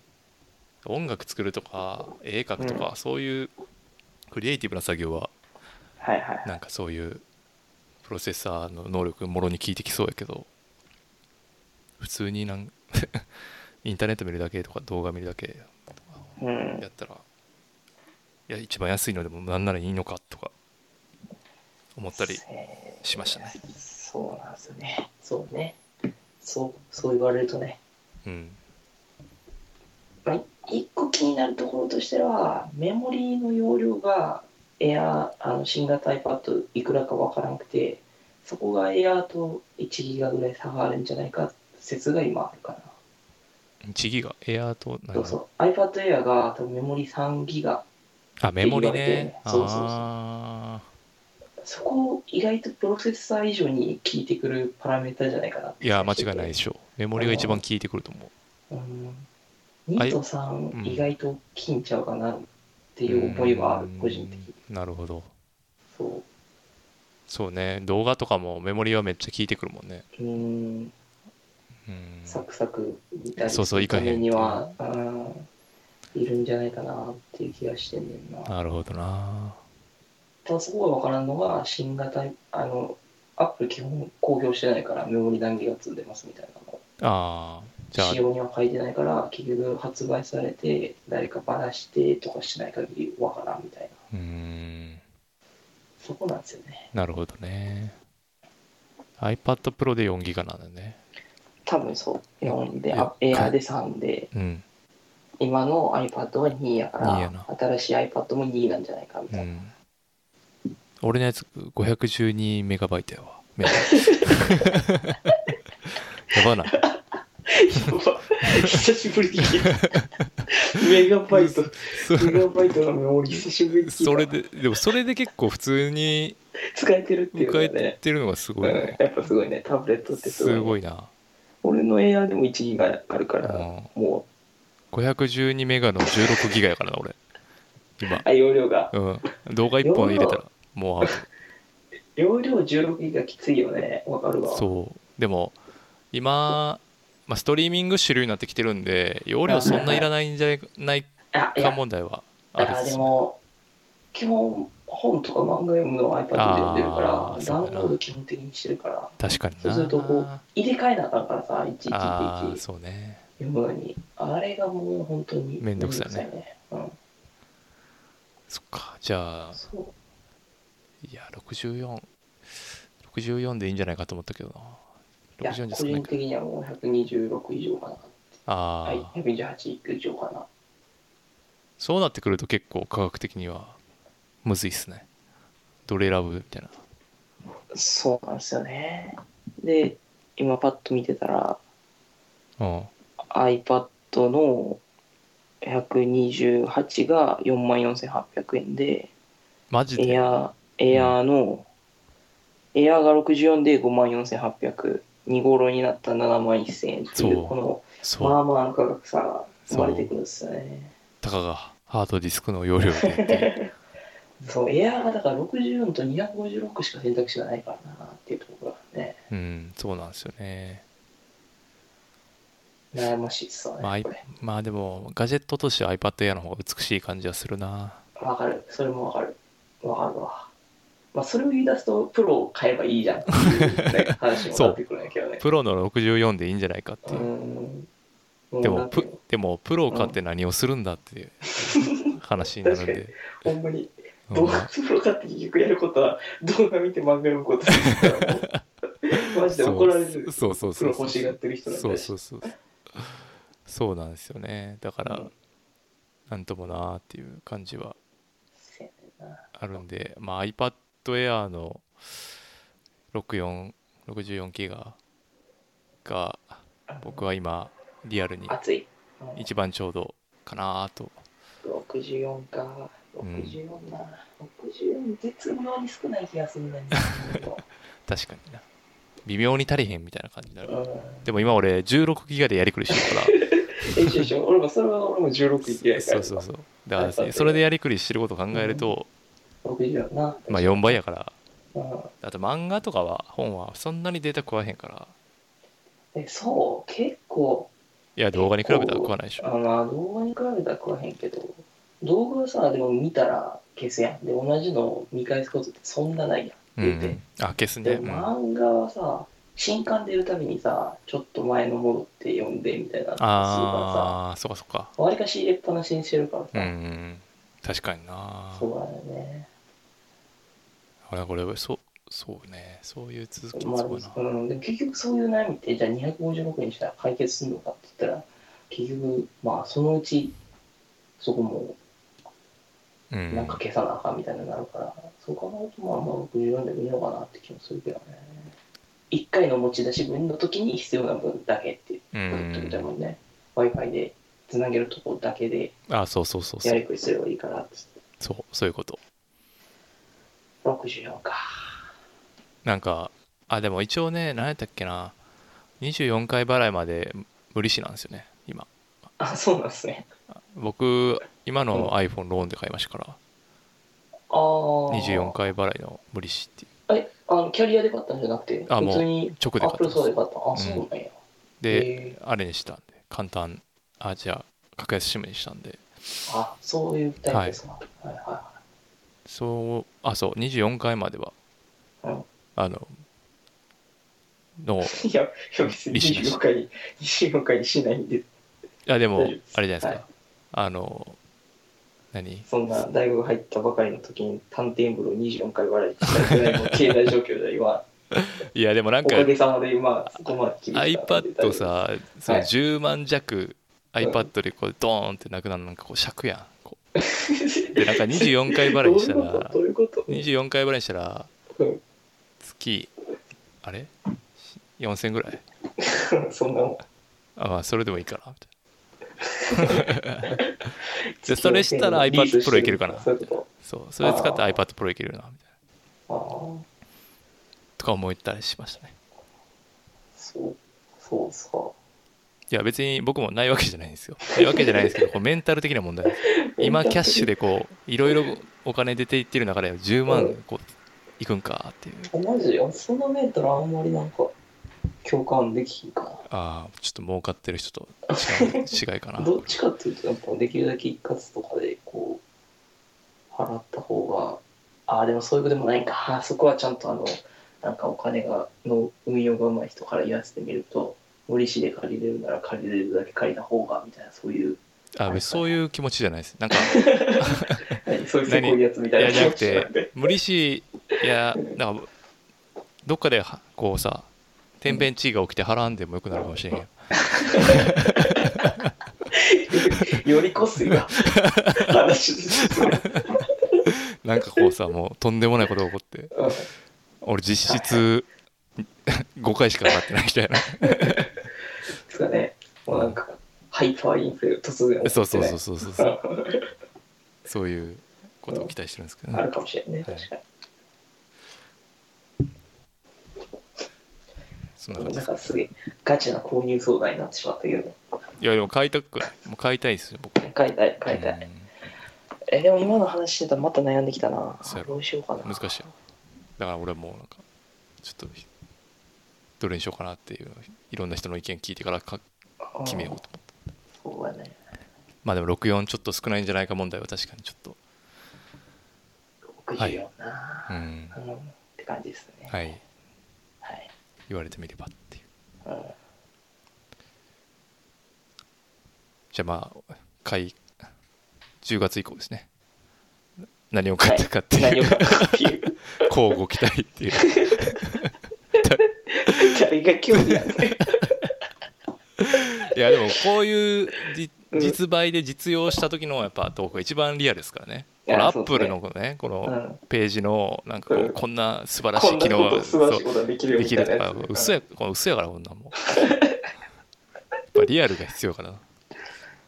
音楽作るとか絵描くとか、そういうクリエイティブな作業ははいはいなんかそういうプロセッサーの能力もろに効いてきそうやけど普通になん インターネット見るだけとか動画見るだけうんやったらいや一番安いのでもなんならいいのかとか思ったりしましたね。そうなんですよねそうねそうそう言われるとねうん、まあ一個気になるところとしてはメモリーの容量がエアあの新型 iPad いくらかわからなくてそこがエアと1ギガぐらい差があるんじゃないか説が今あるか1ギガエアーと何なそうそう iPad Air が多分メモリー3ギガあメモリって言われねてねそうそうそうあそこ意外とプロセッサー以上に効いてくるパラメータじゃないかなってーいや間違いないでしょメモリが一番効いてくると思ううん2と3意外と金ちゃうかなってていう思いはある、個人的に。なるほどそそうね動画とかもメモリはめっちゃ効いてくるもんねう。うん、うんサクサク見たりそうすそうるいかたへんめには、うんいるんじゃないかなっていう気がしてんねんな。なるほどなただそこがわからんのが、新型、あの、アップル基本公表してないから、メモリ何ギガ積んでますみたいなの。ああじゃあ仕様には書いてないから、結局発売されて、誰かばらしてとかしない限りわからんみたいな。うーんそこなんですよね。なるほどね iPad Pro で4ギガなんだね多分そう。4で、いやあ Air で3で、うん今の iPad は2やか2やらな、新しい iPad も2なんじゃないかみうたいな。ん俺のやつ512メガバイトや わメガ やばない 久しぶりに聞いた。メガバイト、そメガバイトのメモリ久しぶりに聞いたそれででもそれで結構普通に使えてるっていう迎のえがね。てるのがすごうんいねやっぱすごいね、タブレットってすごい,、すごいな俺の Air でも1ギガあるから、も512メガの16ギガやからな俺今う、あ、容量が。うん、動画1本入れたらもうアウト容量16ギガきついよね、わかるわ。そうでも今、まあ、ストリーミング主流になってきてるんで容量そんないらないんじゃないあ、いかや、問題はあるあっですも基本本とか漫画読むのを iPad で読んでるあかーらそダうウだなンロード基本的にしてるから確かになそうするとこう入れ替えなあかんからさいちいちいちいああちそうね読むのにあれがもう本当にめんどくさいねめんどくうん、そっかじゃあそういや6464でいいんじゃないかと思ったけどいやな個64じゃ少ない人か的にはもう126以上かな、はいああ、、 128以上かなそうなってくると結構科学的にはむずいっすねどれ選ぶみたいなそうなんですよねで今パッと見てたらうん iPad の128が44,800円でマジエでア、エアの、エアが64で54,800、2ゴロになった71,000円っていそうう、このまそうあまあの価格差が生まれてくるんですよね。たかがハードディスクの容量でって いうそう、エアがだから64と256しか選択肢がないからなっていうところがね、うん、そうなんですよね。悩ましいっすよまあね、これ。まあでも、ガジェットとして iPad Air の方が美しい感じはするな。わかる、それもわかる。わかるわ。まあ、それを言い出すと、プロを買えばいいじゃんっ ていう、ね、話もなってくるんやけどね。プロの64でいいんじゃないかっていうう。ん。でうなも、んていうプでもプロを買って何をするんだっていう話になるんで。のほんまにうん動画プロかって結局やることは動画見て漫画読むことですからもう マジで怒られるそうそうプそロうそう欲しがってる人なんそうでそうそうそうなんですよねだから、うんなんともなーっていう感じはせやねんなあるんで、まあ、iPad Air の6464ギガが僕は今リアルに熱い、うん、一番ちょうどかなーと64か64な、64絶妙に少ない気がするんだよね 確かにな微妙に足りへんみたいな感じになうるんでも今俺16ギガでやりくりしてるからえ一緒一緒俺もそれは俺も16いきやからそうそうそうだからですねそれでやりくりしてることを考えると、 64なまあ4倍やからうんあと漫画とかは本はそんなにデータ食わへんからえそう結構いや動画に比べたら食わないでしあょまあ動画に比べたら食わへんけど動画はさでも見たら消すやんで同じのを見返すことってそんなないやうんん、うん、あ消すんね、でうん、あも漫画はさ新刊出るたびにさちょっと前の戻って読んでみたいなのがするかあーそっかそっからさわりかし入れっぱなしにしてるからさ、うんうん確かになそうだよねあれこれそうそうねそういう続きもまあそうやなうん、でも結局そういう悩みってじゃあ256にしたら解決するのかって言ったら結局まあそのうちそこもうんなんか消さなあかんみたいになるから、そう考えるとまあまあ64でもいいのかなって気もするけどね1回の持ち出し分の時に必要な分だけっていううことだもんんね w i f i でつなげるとこだけであそうそうそうそやうりくりすればいいからっつってそうそういうこと64かなんかあでも一応ね何やったっけな24回払いまで無利子なんですよね今あそうなんですね僕今うんの iPhone ローンで買いましたから、ああ24回払いの無利子っていうえあのキャリアで買ったんじゃなくてあ普通に直で買アッっプたルんストアでで買ったあんそうなんやすでへえあれにしたんで簡単あじゃあ格安シムにしたんであそういうタイプですか、はい、はいはそうあそう24回までは、うんあののいいやいや別に利子なし24回に24回にしないんでいやで大も丈夫ですあれじゃないですか、はいあの何そんな大学入ったばかりの時に探偵部を24回笑いしたぐらいの経済状況で今、いやで もなんおかかげさまで今、そこまで切り替わって大丈 iPad 夫さそのはい10万弱、ん iPad でこうドーンってなくなるのなんかこう尺やんこ うでなんか24回払いどうにいしたうことらどういうこと24回払いにしたらうん月あれ4000ぐらいそんなもん。あまあそれでもいいかなみたいなでそれしたら iPad Pro いけるかなそういうこそうそれ使ったらあー iPad Pro いけるなみたいなと。ああ、とか思ったりしましたねそう、そうっすか。いや別に僕もないわけじゃないんですよないわけじゃないんですけどこうメンタル的な問題です 今キャッシュでこういろいろお金出ていってる中で10万こういくんかっていうあ。マジあそのメートルあんまりなんか、共感できひんかああちょっと儲かってる 人と違う違いかなな。どっちかっていうと、やっぱできるだけ一括とかで、こう、払った方が、ああ、でもそういうことでもないんか。 あそこはちゃんとあの、なんかお金が、の運用がうまい人から言わせてみると、無利子で借りれるなら借りれるだけ借りた方が、みたいな、そ ういう、あ別にそういう気持ちじゃないです なんか何そういうせこいやつみたいやなじゃなくじゃなくて無利子いやなんかどっかではこうさ天変地異が起きて払わんでもよくなるかもしれんよて。 よりこす いわ。話です。それなんかこうさもうとんでもないことが起こってうん俺実質 5回しか払ってないみたいなですかね。もうなんか、ハイパーインフレが突然、そうそうそうそそうそうそうそういうことを期待してるんですけどあるねかもしれないね、はい確かに。そんな感じでなんすかすげえガチな購入相談になってしまったけどねいやでも買いたくないもう買いたいですよ僕買いたい買いたい、えでも今の話してたらまた悩んできたなそうやろどうしようかうなん難しいよだから俺もうなんかちょっとどれにしようかなっていういろんな人の意見聞いてからかうん決めようと思ってそうやねまあでも64ちょっと少ないんじゃないか問題は確かにちょっと64な、うんうんって感じですねい、はいはい言われてみればっていううんじゃあまあ買い10月以降ですね何を買ったかっていう、 何を買うかっていう交互期待っていうじゃあ、意外興味あるね。いやでもこういうじうん実売で実用した時のやっぱ投稿が一番リアルですからね。いこやのアそうッでプすねルのこのねこうのん、ページのなんかこううんこんな素晴らしこいん機な能こと、が素晴らしそういことができるよでみきたるといなやかつ。嘘やこの嘘やからこんなん もん。やっぱリアルが必要かな。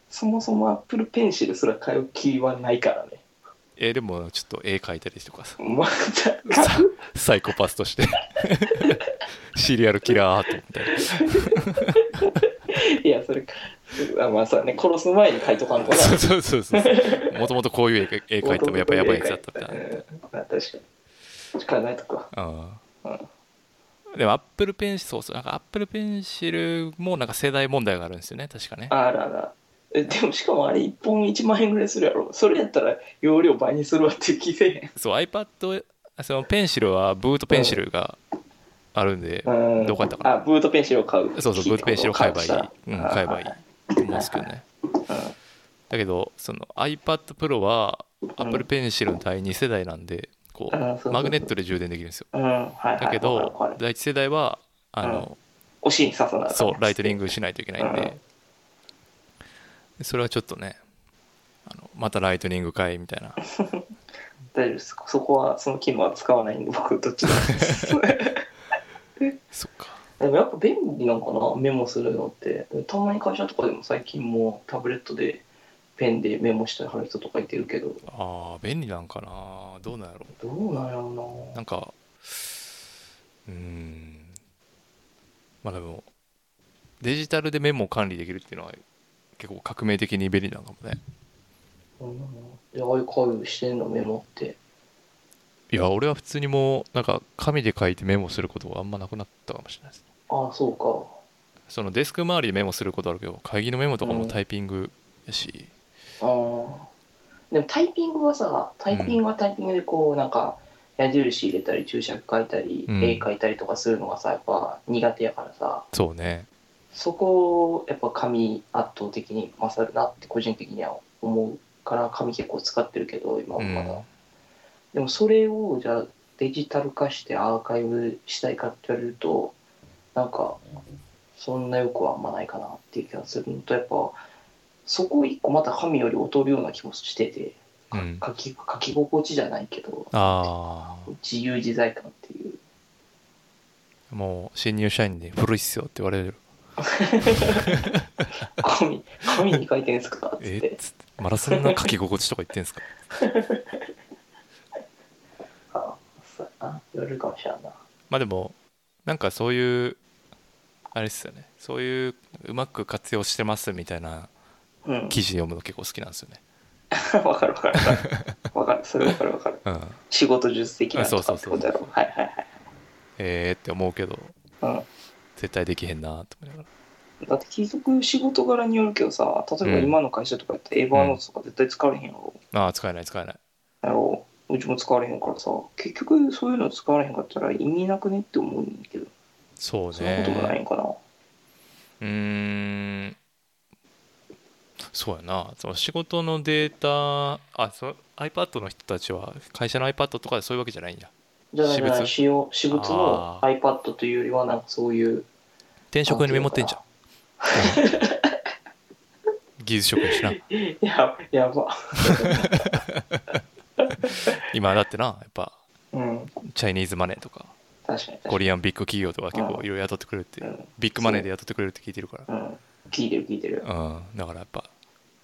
そもそも Apple Pencil すら買う気はないからね。えーでもちょっと絵描いたりとかさまた、 さサイコパスとして シリアルキラーアートみたいないや、それか。あまあ、そうだね。殺す前に書いとかんとな。そうそうそうそうもともとこういう絵絵描いてもやっぱやばいやつだったみたいな。うんまあ確かに。しかないとか。うんでもアップルペンシルそうそうなんかアップルペンシルもなんか世代問題があるんですよね確かねあらら。えでもしかもあれ1本1万円ぐらいするやろ。それやったら容量倍にするわっていう気せえそう iPad そのペンシルはブートペンシルがあるんでへん。うんどこやったかなあ、ブートペンシルを買う。そうそうブートペンシルを買えばいい、うん、買えばいいあと思うんですけどねだけどその iPadPro はうん Apple ペンシルの第2世代なんでこあーそうそううそうマグネットで充電できるんですようん、はいはい。だけわかるわどかる第1世代はあのお尻に刺さない。そうライトニング。グしないといけないんでそれはちょっとねあのまたライトニング買いみたいな大丈夫です。そこは、その機能は使わないんで、僕、どっ ちでもいいです。そっかでもやっぱ便利なのかなメモするのってたまに会社とかでも最近もうタブレットでペンでメモしてはる人とかいてるけどあー便利なんかなどうなんやろどうなんやろなうなんかうーんまあでもデジタルでメモを管理できるっていうのは結構革命的に便利なのかもねうんでああいう会議してんのメモっていや俺は普通にもうなんか紙で書いてメモすることがあんまなくなったかもしれないですああそうかそのデスク周りでメモすることあるけど会議のメモとかもタイピングやし、ああでもタイピングはさタイピングはタイピングでこうなんか矢印入れたり注釈書いたり、うん絵書いたりとかするのがさやっぱ苦手やからさそうねそこやっぱ紙圧倒的に勝るなって個人的には思うから紙結構使ってるけど今はまだ、うんでもそれをじゃあデジタル化してアーカイブしたいかって言われるとなんかそんなよくはあんまないかなっていう気がするのとやっぱそこを一個また紙より劣るような気もしててうかん書き書き心地じゃないけどああ自由自在感っていう もう新入社員で古いっすよって言われる紙紙に書いてんすかっつっえてっつってまだそんな書き心地とか言ってんすかあそうやな言われるかもしれんなまあでもなんかそういうあれっすよねそういううまく活用してますみたいなうん記事読むの結構好きなんですよね わかるわかるわかる。わかる、それわかるわかる。うん仕事術的なあそとうそうかってそうことやろ。はいはいええって思うけどはい。絶対できへんなと思いながらうん、だって結局仕事柄によるけどさ、例えばうん今の会社とかやってエヴァーノートとか絶対使われへんやろ。ああ使えない使えないやろうちも使われへんからさ、結局そういうの使われへんかったら意味なくねって思うんだけど、そうそんなこともないねんかな。うーんそうやなその仕事のデータあその iPad の人たちは会社の iPad とかでそういうわけじゃないんやじゃあ、私じ物ゃあ使用、私物のあ iPad というよりは、なんかそういう。 転職にメモってんじゃん技術職や しなや、やば。今だってなやっぱうん、チャイニーズマネーとか確かに確かコに。リアンビッグ企業とか結構いろいろ雇ってくれるってうんビッグマネーで雇ってくれるって聞いてるかうん、聞いてる聞いてる。ら、うん、だからやっぱ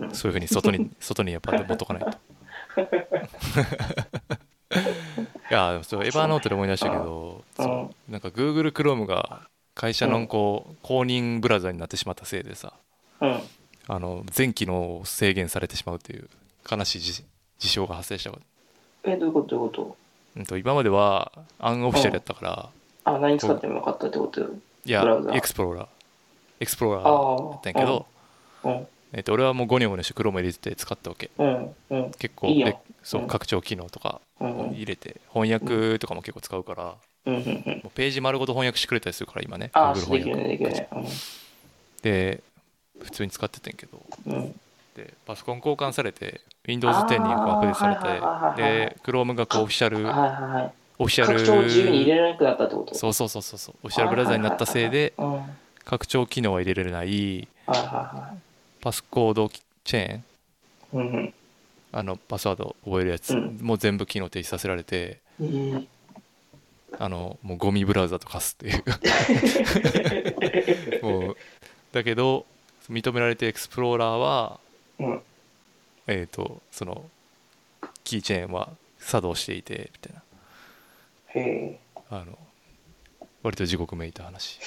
うんそういうふうに外 に外にやっぱ持っとかないと いやでもそうエヴァーノートで思い出したけどうんそうなんか Google Chrome が会社のこう公認ブラウザになってしまったせいでさうん。あの全機能を制限されてしまうという悲しい事事象が発生したことえ、どういうことどういうことうんと今まではアンオフィシャルやったからあ、何使ってもよかったってことよ。いやブラウザエクスプローラーエクスプローラーああ。やったんやけど、うん。えっと俺はもうゴニョゴニョして黒も入れて使ったわけうん。うん。結構いいよでそううん拡張機能とかうん。うん入れて翻訳とかも結構使うからうん。うん。もうページ丸ごと翻訳してくれたりするから今ねああ、 Google そうできるね、できる翻訳ね。で普通に使っててんけどうん。うん。でパソコン交換されて Windows10 にこうアップデートされてあーはいはいはいはいはいで Chrome がこうオフィシャルはいはいはい。オフィシャル拡張を自由に入れられなくなったってことそうそうそうそうそうオフィシャルブラウザになったせいでうんはい拡張機能は入れられないはいはパスコードチェーンいうんあのパスワード覚えるやつうんもう全部機能停止させられて、うんえあのもうゴミブラウザと化すっていうもうだけど認められてエクスプローラーはえうんえっ、とそのキーチェーンは作動していてみたいなへえあの割と地獄めいた話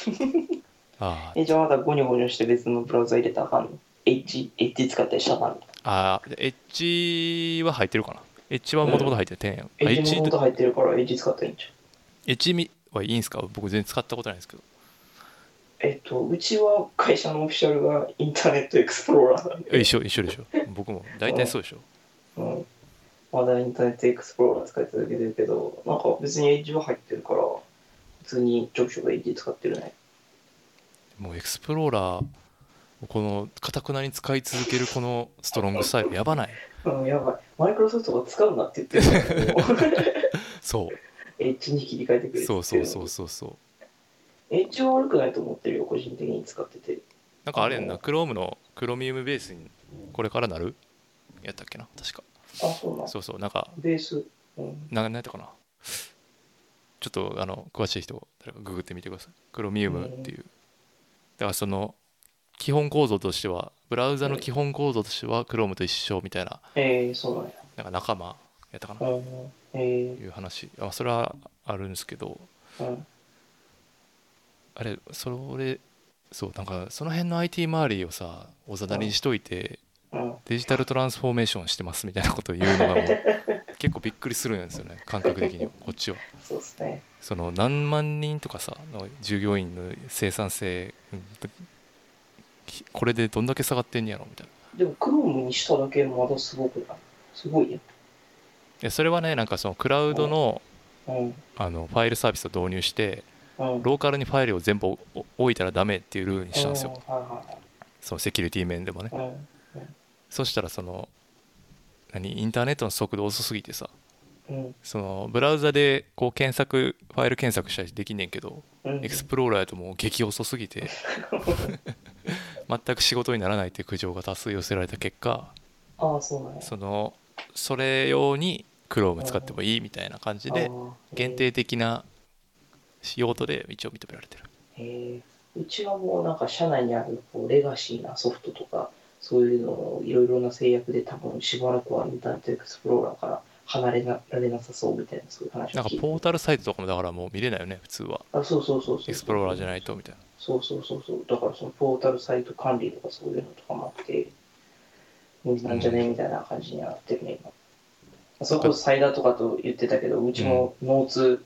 あーえじゃあまだゴニョゴニョして別のブラウザ入れたらあかんの H, H 使ったりしたらあかんのあーエッジは入ってるかなエッジはもともと入っててんやん、あエ H ッもジともと入ってるから H 使ったらいいんじゃんエッジみはいいんすか僕全然使ったことないんですけどえっとうちは会社のオフィシャルがインターネットエクスプローラーなんでえ一緒一緒でしょ僕も大体そうでしょうん、まだインターネットエクスプローラー使い続けてるけど、なんか別にエッジは入ってるから、普通にちょくちょくエッジ使ってるね。もうエクスプローラーをこのかたくなに使い続けるこのストロングスタイルやばないうん、やばい。マイクロソフトが使うなって言ってる から、もうそエッジに切り替えてくうれってそいうそうそうそうそうエッジは悪くないと思ってるよ、個人的に使ってて。なんかあれやんな Chrome のクロミウムベースにこれからなるやったっけな確かあ、そうなん。そうそうなんかベース。うん、ななんやったかなちょっとあの詳しい人誰かググってみてくださいクロミウムっていうだからその基本構造としてはブラウザの基本構造としては Chrome と一緒みたいなえー、そうなんや。なんか仲間やったかう、なんえいう話あそれはあるんですけどー、うん。あれそれそうなんかその辺の IT 周りをさおざなりにしといてうん、デジタルトランスフォーメーションしてますみたいなことを言うのがもう結構びっくりするんですよね感覚的にはこっちはそうですね。その何万人とかさの従業員の生産性うんきこれでどんだけ下がってんやろみたいないでも、クロームにしただけまだすごくないすごいややそれはねなんかそのクラウドのん。うん、あのファイルサービスを導入してうん。ローカルにファイルを全部おお置いたらダメっていうルールにしたんですようん。はそのセキュリティ面でもねいはいはい。そしたらその何インターネットの速度遅すぎてさうん、うん。そのブラウザでこう検索ファイル検索したりできんねんけどうんエクスプローラーやともう激遅すぎ て全く仕事にならないっていう苦情が多数寄せられた結果ああ、そうなんや。そのそれ用に Chrome 使ってもいいみたいな感じあでー限。定的な用途で一応認められてるへーへーうちはもうなんか社内にあるこうレガシーなソフトとか、そういうのをいろいろな制約で多分しばらくはインターネットエクスプローラーから離れなられなさそうみたいな、そういう話なんかを聞いてポータルサイトとかもだからもう見れないよね普通はあ、そうそうそうそう。エクスプローラーじゃい。ないとみたいなそうそうそうそう。だからそのポータルサイト管理とかそういうのとかもあって、無理なんじゃねみたいな感じになってるね、今。それこそサイダーとかと言ってたけど、うちもノーツ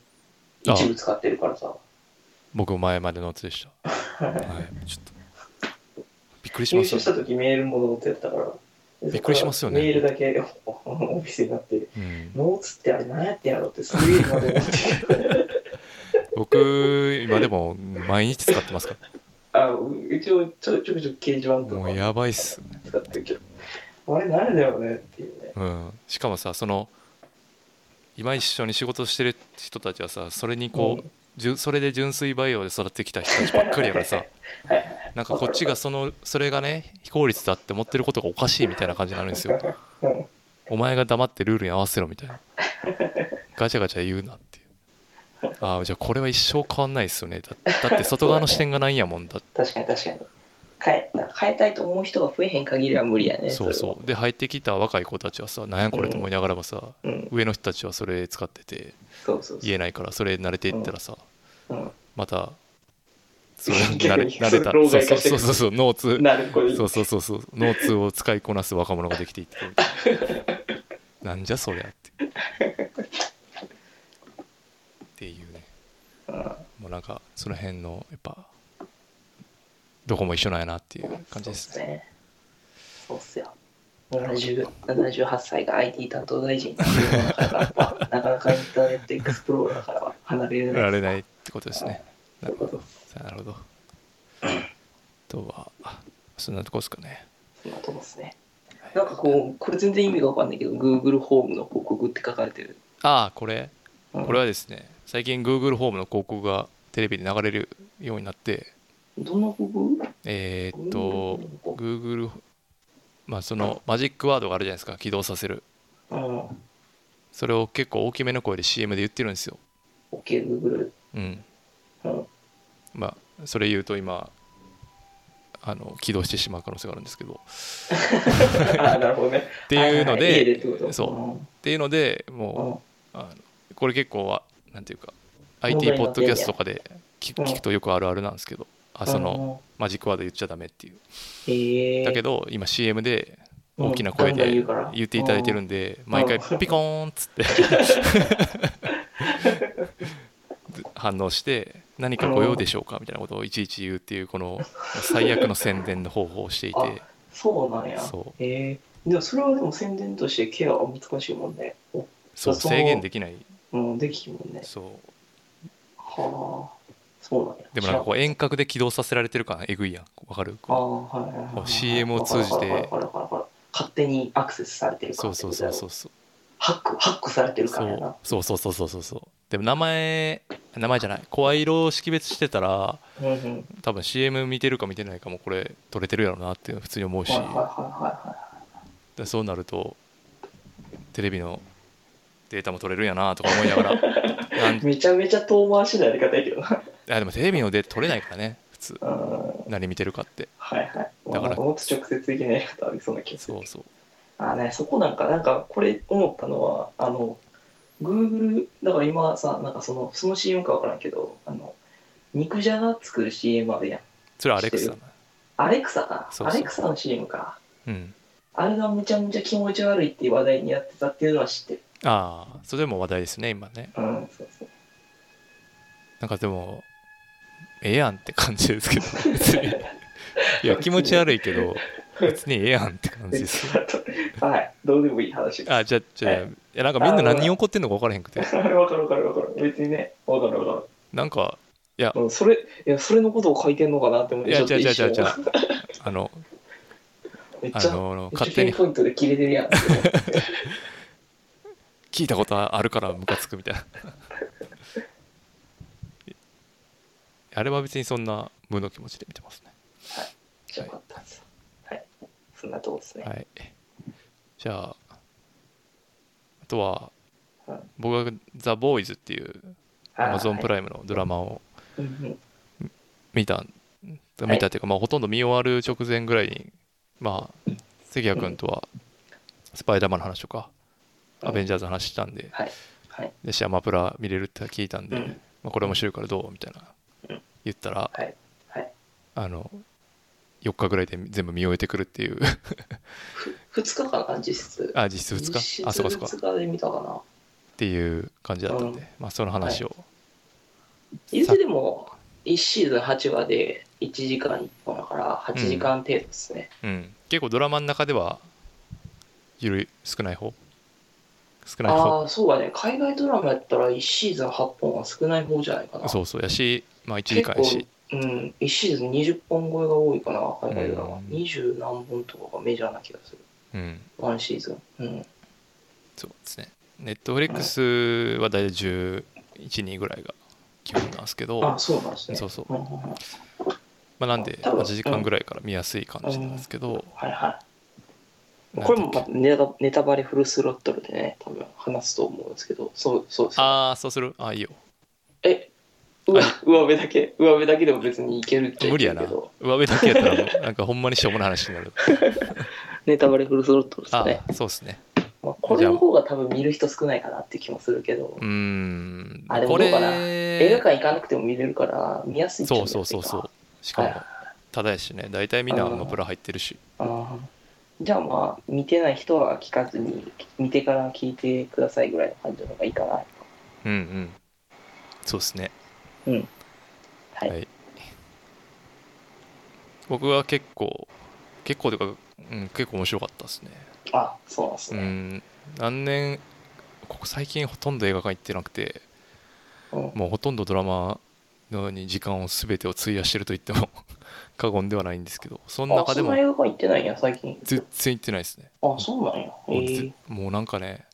一部使ってるからさ。僕も前までのやつでしたはいちょっとびっくりし入ま社ししたた時メールもノートやったから。びっくりしますよねメールだけオフィスになって、うんノーツってあれ何やってんやろってすげえ今で思ってる。僕今でも毎日使ってますかあ、ううちもちょちょくちょく掲示板らともかうやばいっす、使ってるけど、あれ何だよねっていうね。うん、しかもさその今一緒に仕事してる人たちはさそれにこう、うんじゅそれで純粋培養で育ってきた人たちばっかりやから さなんかこっちがそのそれがね非効率だって思ってることがおかしいみたいな感じになるんですようんお前が黙ってルールに合わせろみたいなガチャガチャ言うなっていうああじゃあこれは一生変わんないっすよねだだって外側の視点がないんやもんだって確かに確かに。変えなんか変えたいと思う人が増えへん限りは無理や ね。そうそうで入ってきた若い子たちはさなんやこれと思いながらもさ、れは。うん、上の人たちはそれ使っててそうそうそう。言えないからそれ慣れていったらさ、うんまたそれ慣逆れに慣れたそれ老害化してそくうそうるそうそうノーツなるほど。そうそうそうそうノーツを使いこなす若者ができていって なんじゃそりゃってっていうねうんもうなんかその辺のやっぱどこも一緒なんやなっていう感じですねね。そうっすよ。70 78歳が IT 担当大臣になるからなかなかインターネットエクスプローラーからは離れられらないれないってことですねということさあなるほどあとはあそんなとこですかねそんなとこですね。なんかこう、これ全然意味がわかんないけど、Google ホームの広告って書かれてる。ああこれうんこれはですね最近 Google ホームの広告がテレビで流れるようになってどの広告えーっと Google まあそのマジックワードがあるじゃないですか起動させるうん。それを結構大きめの声で CM で言ってるんですよ OK、Google。うん うん。まあそれ言うと今あの起動してしまう可能性があるんですけどあなるほどね。っていうのはいはい家でってことそうっていうのでもうあのこれ結構はなんていうか問 IT 題にポッなっドてキんねやャストとかで聞くうん聞くとよくあるあるなんですけどあうんそのマジックワード言っちゃダメっていううんへえだけど今 CM でうん大きな声ガンガン言でうから言っていただいてるんで毎回うんピコーンっつって 反応して何かご用でしょうかみたいなことをいちいち言うっていうこの最悪の宣伝の方法をしていてそうなんやそへえでもそれはでも宣伝としてケアは難しいもんねおそうそう制限できないうんできひんもんねそうはあそうなんやでもなんかこう遠隔で起動させられてる感えぐいやんわかるああはいはいはいこはうい CM を通じてわかるわかるわかるわかる勝手にアクセスされてるかそらうそうそうそううそうハックハックされてるからやなそうそうそうそうそうそうでも名前名前じゃない声色を識別してたらうんうん多分 CM 見てるか見てないかもこれ撮れてるやろなって普通に思うしはいはいはいはいはでそうなるとテレビのデータも取れるんやなとか思いながらなんいめちゃめちゃ遠回しなやり方やけど なあでもテレビのデータ取れないからね普通うんはい何見てるかってはいだからもっと直接的なやり方ありそうな気がするそうそうあね、そこなんか、なんかこれ思ったのは、あの、Google、だから今さ、なんかその、その CM かわからんけど、あの、肉じゃが作る CM あるやん。それはアレクサなアレクサか。そうそうアレクサの CM か。うんあれがめちゃめちゃ気持ち悪いっていう話題にやってたっていうのは知ってる。ああそれでも話題ですね今ねうん、そうそう。なんかでもええやんって感じですけど別にいや気持ち悪いけど別にええやんって感じです別だと はい、どうでもいい話です。あじゃじゃいやなんかみんな何怒ってんのか分からへんくてわかるわかるわかる。別にね、わかるわかなんかる。うん、それ、いや、それのことを書いてんのかなって思っいて、やちょじゃっとじゃ一じゃ瞬じゃあの めっあちゃ、めっのちゃ勝ピ手ンにポイントで切れてるやん。聞いたことあるからムカつくみたいな あれは別にそんな無の気持ちで見てますねよかったです。はい。そんなとこですね。はいじゃああとははい僕が「ザ・ボーイズっていうアマゾンプラライムのドラマをイ。うんうん見たん見たっていうか、まあ、ほとんど見終わる直前ぐらいにまあ関谷君とはスパイダーマンの話とか、うんアベンジャーズの話したんではい。はい。でシアマプラ見れるって聞いたんで、うんまあ、これ面白いからどうみたいな言ったら、はい。はい。あの4日ぐらいで全部見終えてくるっていう 二日間かな、実質。あ実質2実日質あそうかそうかっ二日で見たかな。ていう感じだったんで、うまあ、その話を、言うてでも、一シーズン八話で一時間一本だから、八時間程度ですね。うん、結構ドラマの中ではゆるい少ない方少ない方ああ、そうかね。海外ドラマやったら一シーズン八本は少ない方じゃないかな。そうそうやし、まあ、1時間やし結構。うん。一シーズン二十本超えが多いかな、海外ドラうマん。二十何本とかがメジャーな気がする。うんワンシーズン。うん。そうですねネットフリックスは大体112ぐらいが基本なんですけどあ、そうなんですね。そうそううんうんうんまあ、なんで多分8時間ぐらいから見やすい感じなんですけど、はいはい。なんこれもだまっけたネタネタバレフルスロットルでね、多分話すと思うんですけど、そうそうです。ああそうするあいいよえ、うわあ上辺だけ、上辺だけでも別にいけるっちゃい無理けやるなけど、上辺だけやったらもうなんかほんまにしょうもない話にな るネタバレフルスロットルですあね。あそうですねまあ、これの方が多分見る人少ないかなって気もするけどう、ーんあでもこれどうかな映画館行かなくても見れるから、見やすいっちゃ見そやうすいそうそうそうしかもはいただやしね大体みんなアマプラ入ってるしあーじゃあまあ、見てない人は聞かずに、見てから聞いてくださいぐらいの感じの方がいいかな。うんうんそうですねうん。はい。はい僕は結構結構というか、うん、結構面白かったですねあ、そうなんですうね。ん何年ここ最近ほとんど映画館行ってなくてうんもうほとんどドラマのように時間を全てを費やしてると言っても 過言ではないんですけどそのあ、中でそんもな映画館行ってないんや、最近。全然行ってないですねあ、そうなんや。もうえ ずもうなんかね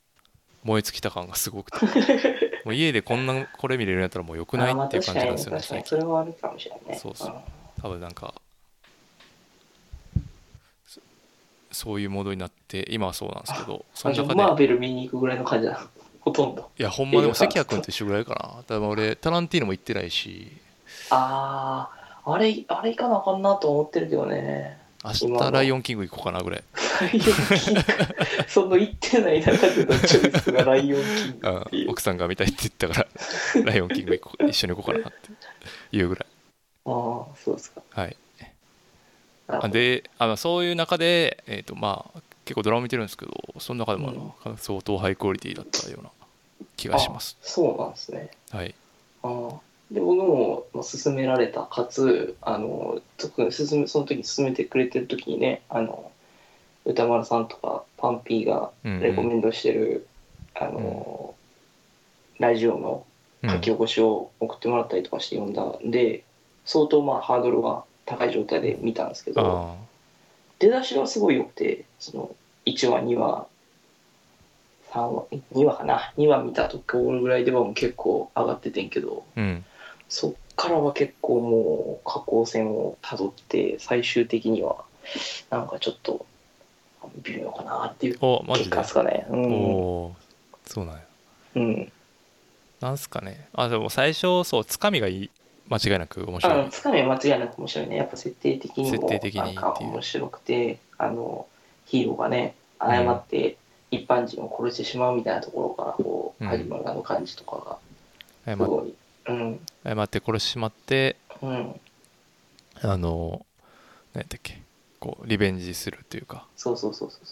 燃え尽きた感がすごくてもう家でこんなこれ見れるんやったらもうよくないあーまあっていう感じなんですよね確か最近に確かにそれはあるかもしれないねそうそうん多分なんかそそういうモードになって今はそうなんですけどそあのじゃあ中でマーベル見に行くぐらいの感じだほとんどいやほんまで映も画館関谷君と一緒ぐらいかな多分俺タランティーノも行ってないしあああれあれ行かなあかんなと思ってるけどね 明今は日ライオンキング行こうかなぐらいその行ってない中でのチョイスがライオンキン グあっていう奥さんが見たいって言ったから ライオンキング行こう一緒に行こうかなっていうぐらいああーそうですかはいなるほあどであのそういう中で、えーとまあ、結構ドラマ見てるんですけどその中でもあの、相当ハイクオリティだったような気がしますそうなんですねはいあーで僕もまあ勧められたかつあの特に勧めその時に勧めてくれてる時にねあの歌丸さんとかパンピーがうんうんレコメンドしてる、あの、ラジオの書き起こしを送ってもらったりとかして読んだんで、相当まあハードルが高い状態で見たんですけうんどあ出だしはすごい良くてその1話2話3話2話かな2話見たところぐらいではもう結構上がっててんけどーうんそっからは結構もう下降線をたどって最終的にはなんかちょっと微妙かなっていうおマジ結で果ですかね。うおんおーそうなんやうんなんすかねあでも最初そうつかみがいい間違いなく面あ白のいつかみは間違いなく面白いねやっぱ設定的に設も定的になんかっていう面白くてあのヒーローがね誤って一般人を殺してしまうみたいなところからこううん始まるあの感じとか謝がすごいうん謝って殺してしまってうんあの何やったっけこうリベンジするというかそうそうそうそう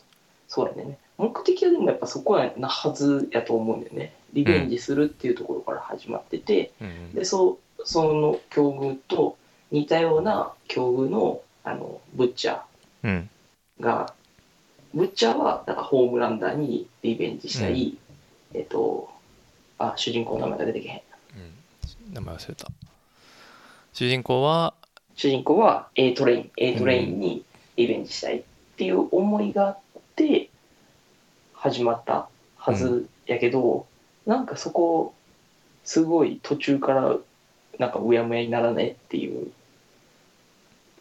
そうそうやね目的はでもやっぱそこはなはずやと思うんだよねリベンジするっていうところから始まってて、うんうんでそうその境遇と似たような境遇のあのブッチャーうんが、ブッチャーはだからホームランダーにリベンジしたり、えっと、あ、主人公の名前が出てけへん。うん名前忘れた主人公は主人公は A トレイン、A トレインにリベンジしたいっていう思いがあって、始まったはずやけど、なんかそこ、すごい途中から、なんかうやむやにならないっていう、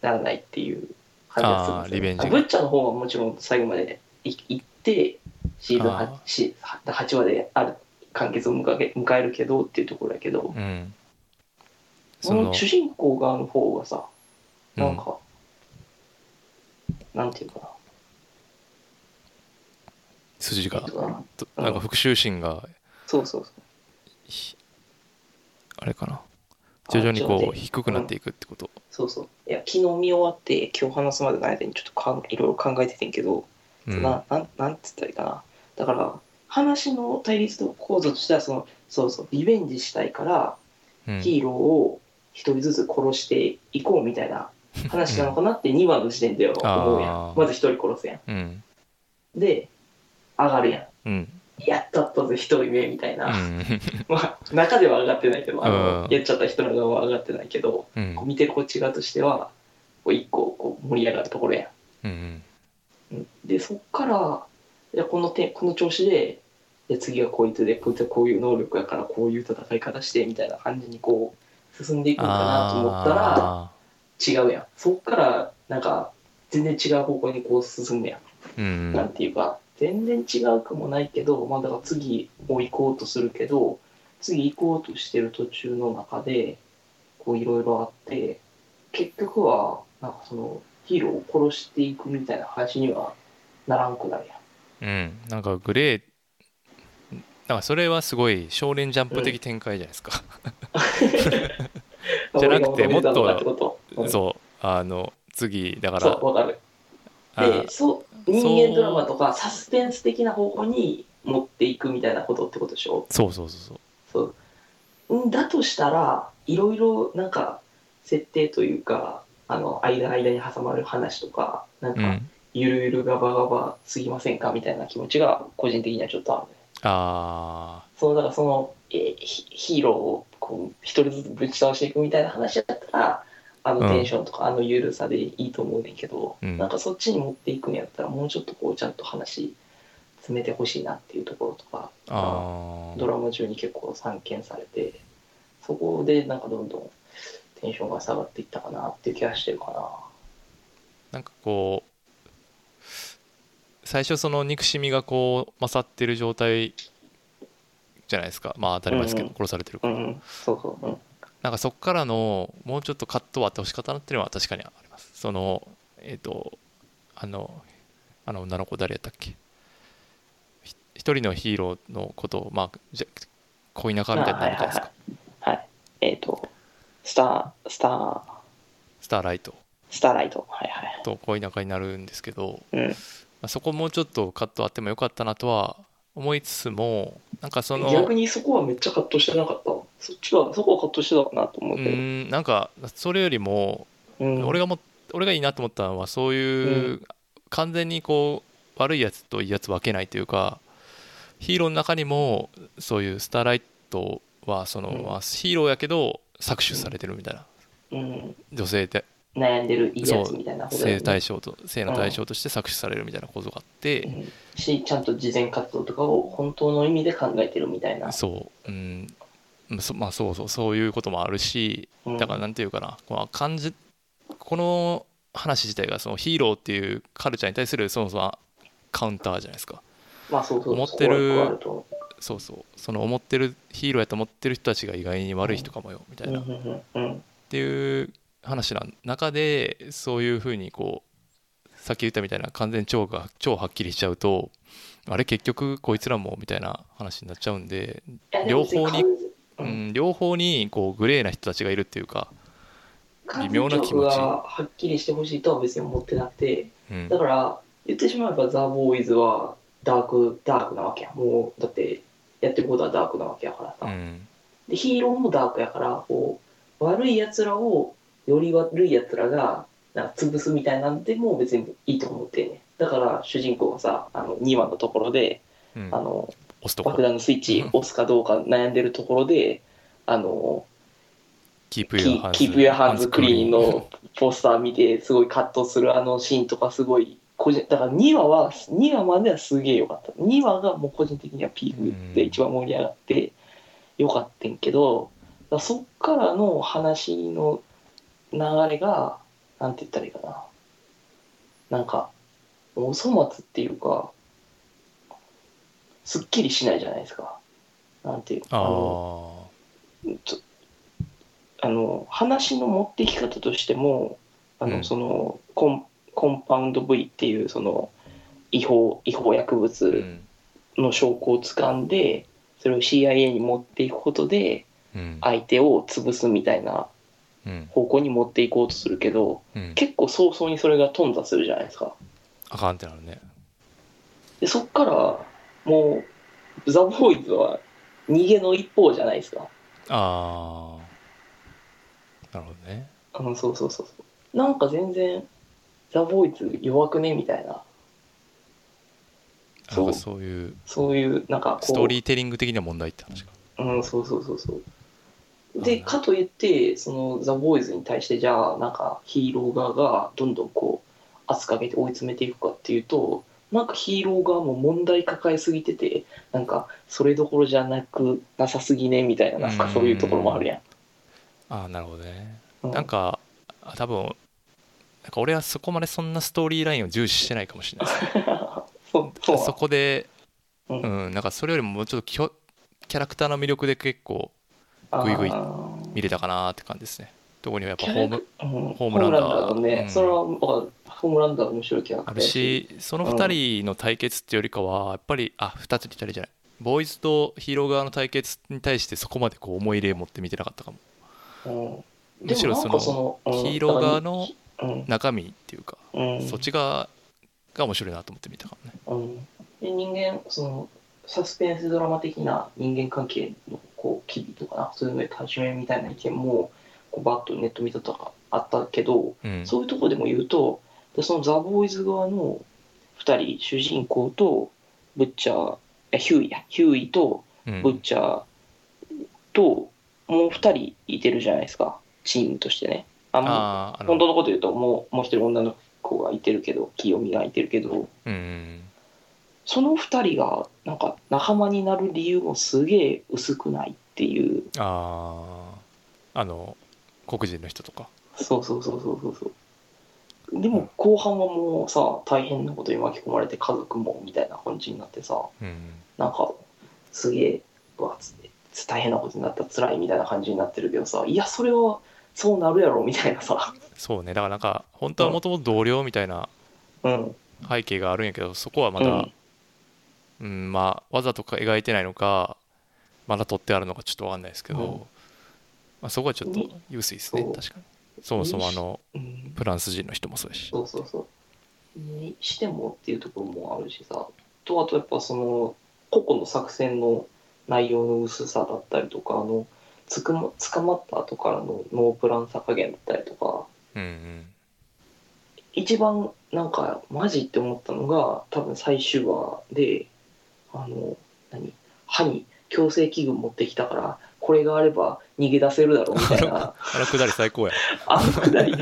ならないっていう感じがするあーリんですよベンジがブッチャーの方はもちろん最後までい行って、シーズンあー 8, シ8話である完結を迎え迎えるけどっていうところやけど、うんその主人公側の方がさ、なんか、なんていうかな筋がえっとな、とうんなんか復讐心がそうそうそう。ひあれかな徐々にあちょっとこう待って低くなっていくってことそうそう。いや、昨日見終わって、今日話すまでの間にちょっとかんいろいろ考えててんけど、うんななんなんつったらいいかな。だから、話の対立構造としてはその、そうそう、リベンジしたいから、うんヒーローを一人ずつ殺していこうみたいな話なのかなって2話 の時点では思うやあん。ーまず一人殺すやうんん。で、上がるやうんん。やったったぜ、一人目みたいな。うんまあ、中では上がってないけど、あのうんやっちゃった人の側は上がってないけど、うんこう見てるこっち側としては、こう一個こう盛り上がるところやうんん。うんで、そっから、いやこの点この調子で、いや次はこいつで、こいつはこういう能力やから、こういう戦い方してみたいな感じにこう進んでいくのかなと思ったら、あ違うやん。そっから、なんか、全然違う方向にこう進んでやん。ーうんなんていうか、全然違うくもないけど、まあ、だから次も行こうとするけど、次行こうとしてる途中の中で、こういろいろあって、結局は、なんかその、ヒーローを殺していくみたいな話にはならんくなるやん。うんなんかグレーなんかそれはすごい少年ジャンプ的展開じゃないですか、じゃなくて俺が求めたのかってこと、うんそうあの次だかそらう、わかる。あでーそう、人間ドラマとかサスペンス的な方向に持っていくみたいなことってことでしょそうそうそうそうそううんだとしたらいろいろなんか設定というかあの間間に挟まる話とかなんうかんゆるゆるガバガバすぎませんかみたいな気持ちが個人的にはちょっとあるねああそのだからそのえヒヒーローをこう一人ずつぶち倒していくみたいな話だったらあのうんテンションとかあのゆるさでいいと思うねんけど、うんなんかそっちに持っていくんやったらもうちょっとこうちゃんと話詰めてほしいなっていうところとかあドラマ中に結構散見されてそこでなんかどんどんテンションが下がっていったかなっていう気がしてるかなんかこう最初その憎しみがこう勝ってる状態じゃないですかまあ当たり前ですけどうんうん殺されてるかなら、うんそうそううんなんかそこからのもうちょっとカットはあってほしかったなっていうのは確かにありますそのえっ、とあのあの女の子誰やったっけひ一人のヒーローのことをまあじゃ恋仲みたいになるじゃないですか、はいはいえっ、とスタースタースターライトスターライトはいはいと恋仲になるんですけど、うんまあ、そこもうちょっとカットあってもよかったなとは思いつつもなんかその逆にそこはめっちゃカットしてなかったそっちはそこはカットしてたかなと思ううけーんなんかそれよりもど、うん俺がも俺がいいなと思ったのはそういうう完全にこう悪いやつといいやつ分けないというかヒーローの中にもそういうスターライトはその、うんまあヒーローやけど搾取されてるみたいなうん、女性で悩んでるいいやつみたいなことだ性よね対象と性の対象として搾取されるみたいなことがあって、うんしちゃんと事前活動とかを本当の意味で考えてるみたいなそう、うん、うんそまあそうそうそういうこともあるしうんだからなんていうかな、この感じこの話自体がそのヒーローっていうカルチャーに対するそもそもカウンターじゃないですかまあそうそう思ってるそこはあると思そうそうその思ってるヒーローやと思ってる人たちが意外に悪い人かもよみたういな、っうんうんうんていう話の中でそういうふうにこうさっき言ったみたいな完全に超が超はっきりしちゃうとあれ結局こいつらもみたいな話になっちゃうんでいやで両も方にううんん、両方にこうグレーな人たちがいるっていうか、完微妙な気持ち全曲がはっきりしてほしいとは別に思ってなくてうんだから言ってしまえばザ・ボーイズはダークダークなわけやもうだってやってることはダークなわけやからさ、うんでヒーローもダークやからこう悪いやつらをより悪いやつらがなんか潰すみたいなんでも別にいいと思ってんねだから主人公がさあの2話のところで、うん、あ押のすと爆こ弾のスイッチ押すかどうか悩んでるところであのキープキユアハーンズキープヤハンズクリーンのポスター見てすごい葛藤するあのシーンとかすごい個人だから2話は2話まではすげえ良かった2話がもう個人的にはピークで一番盛り上がって良かったんけどだからそっからの話の流れがなんて言ったらいいかななんかお粗末っていうかすっきりしないじゃないですかなんていうあのあちょあの話の持っていき方としてもあの、うんそのコンコンパウンド V っていうその違法違法薬う物んの証拠を掴んで、それを CIA に持っていくことでうん相手を潰すみたいなうん方向に持っていこうとするけどうん結構早々にそれが頓挫するじゃないですか。あかんってなるねでそっからもうザ・ボーイズは逃げの一方じゃないですか。ああなるほどねうん、そうそうそうそう。なんか全然、ザ・ボーイズ弱くねみたいな、なんそうかそういうそういう、なんかこう。ストーリーテリング的な問題って話かうん、そうそうそうそう。あで、ーかといって、そのザ・ボーイズに対して、じゃあ、なんかヒーロー側がどんどんこう、圧かけて追い詰めていくかっていうと、なんかヒーロー側も問題抱えすぎてて、なんかそれどころじゃなくなさすぎねみたいな、なんかそういうところもあるやん。ああなるほどねうなん、かあ多分なんか俺はそこまでそんなストーリーラインを重視してないかもしれないですねそう、そうそこでうんうんなんかそれよりももうちょっときょキャラクターの魅力で結構ぐいぐい見れたかなって感じですね特にやっぱホームうんホームランダーホームのね、うんそれはもうホームランダーの面白いキャラクタあーるやししその2人の対決っていうよりかはやっぱりあ2つ2人じゃないボーイズとヒーロー側の対決に対してそこまでこう思い入れ持って見てなかったかもうんむしろそのでもなんかそのうんヒーロー側のうん中身っていうかうんそっち側が面白いなと思って見たかもねうんで人間そのサスペンスドラマ的な人間関係のこう機微とかなそういうので楽しめみたいな意見もこうバッとネット見たとかあったけど、うんそういうところでも言うとでそのザ・ボーイズ側の2人主人公とブッチャーえヒューイやヒューイとうんブッチャーともう2人いてるじゃないですかチームとしてねあもうあーあの本当のこと言うともうもう一人女の子がいてるけど清美がいてるけどうんその2人がなんか仲間になる理由もすげえ薄くないっていうあああの黒人の人とかそうそうそうそうそうそうでも後半はもうさ大変なことに巻き込まれて家族もみたいな感じになってさうんなんかすげえうわつ大変なことになった辛いみたいな感じになってるけどさいやそれはそうなるやろみたいなさそうねだからなんか本当はもともと同僚みたいなうん背景があるんやけどそこはまうだん、うんまあわざとか描いてないのかまだ取ってあるのかちょっとわかんないですけど、うんまあ、そこはちょっと優勢ですねそう確かにそもそもあのうん、フランス人の人もそうやしそうそうそうにしてもっていうところもあるしさとあとやっぱその個々の作戦の内容の薄さだったりとかあのつくま捕まった後からのノープランさ加減だったりとかうんうん一番なんかマジって思ったのが多分最終話であの何歯に矯正器具持ってきたからこれがあれば逃げ出せるだろうみたいあなのくだり最高やあのくだり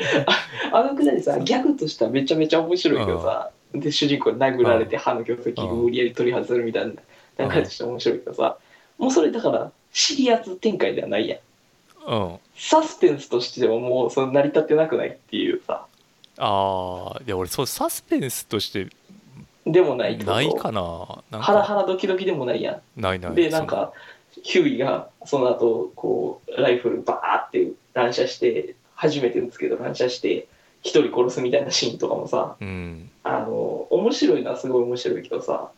ああのくだりさギャグとしてはめちゃめちゃ面白いけどさで主人公に殴られて歯の矯正器具無理やり取り外せるみたいななんかして面白いけどさもうそれだからシリアス展開ではないやんうんサスペンスとしてはもうその成り立ってなくないっていうさああいや俺そうサスペンスとしてでもないってことないかななんハラハかラドキドキでもないやんないないでなんかヒューイがその後こうライフルバーって乱射して初めて撃つけど乱射して一人殺すみたいなシーンとかもさそのうんあの面白いのはすごい面白いけどさ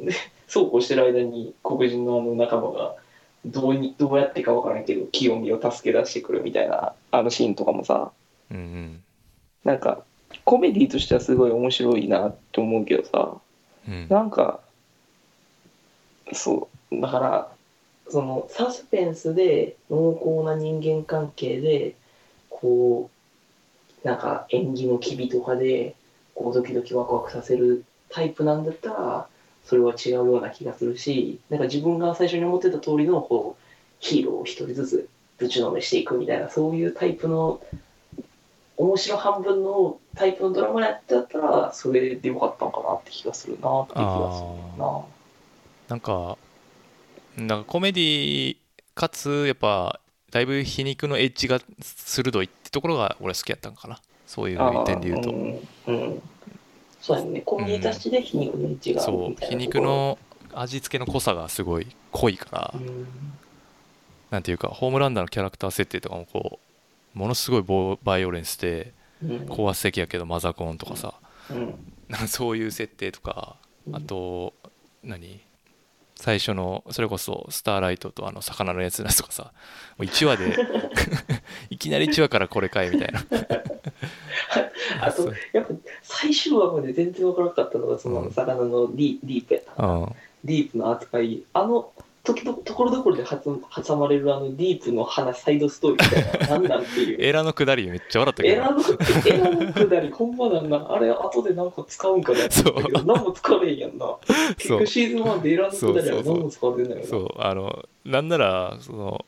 でそうこうしてる間に黒人のあの仲間がどうにどうやってか分からんけど清美を助け出してくるみたいなあのシーンとかもさうんうんなんかコメディとしてはすごい面白いなって思うけどさうんなんかそうだからそのサスペンスで濃厚な人間関係でこうなんか縁起の機微とかでこうドキドキワクワクさせるタイプなんだったらそれは違うような気がするしなんか自分が最初に思ってた通りのこうヒーローを一人ずつぶちのめしていくみたいなそういうタイプの面白半分のタイプのドラマやったらそれでよかったのかなって気がするなって気がするな。なんかなんかコメディかつやっぱだいぶ皮肉のエッジが鋭いってところが俺は好きやったんかなそういう点で言うとあーうんうんそうやねコメディたちで皮肉の位置があるそみうたい皮な肉の味付けの濃さがすごい濃いからうんなんていうかホームランダーのキャラクター設定とかもこうものすごいボバイオレンスでうん高圧的やけどマザコンとかさうんなんかそういう設定とかうんあと何最初のそれこそスターライトとあの魚のやつのやつとかさもう1話 でいきなり1話からこれかいみたいなあとやっぱ最終話まで全然わからなかったのがその魚のディ,、ディープやったうんディープの扱いあの時々ところどころで挟挟まれるあのディープの花サイドストーリーみたいな何なんって いうエラのくだりめっちゃ笑ったけエどラなーの、エラーのくだり、ほんまなんな。あれ、後で何か使うんかなって思ったけど、何も使われへんやんな。結そう局シーズン1でエラーのくだりは何も使われてないよな。そうあのなんならその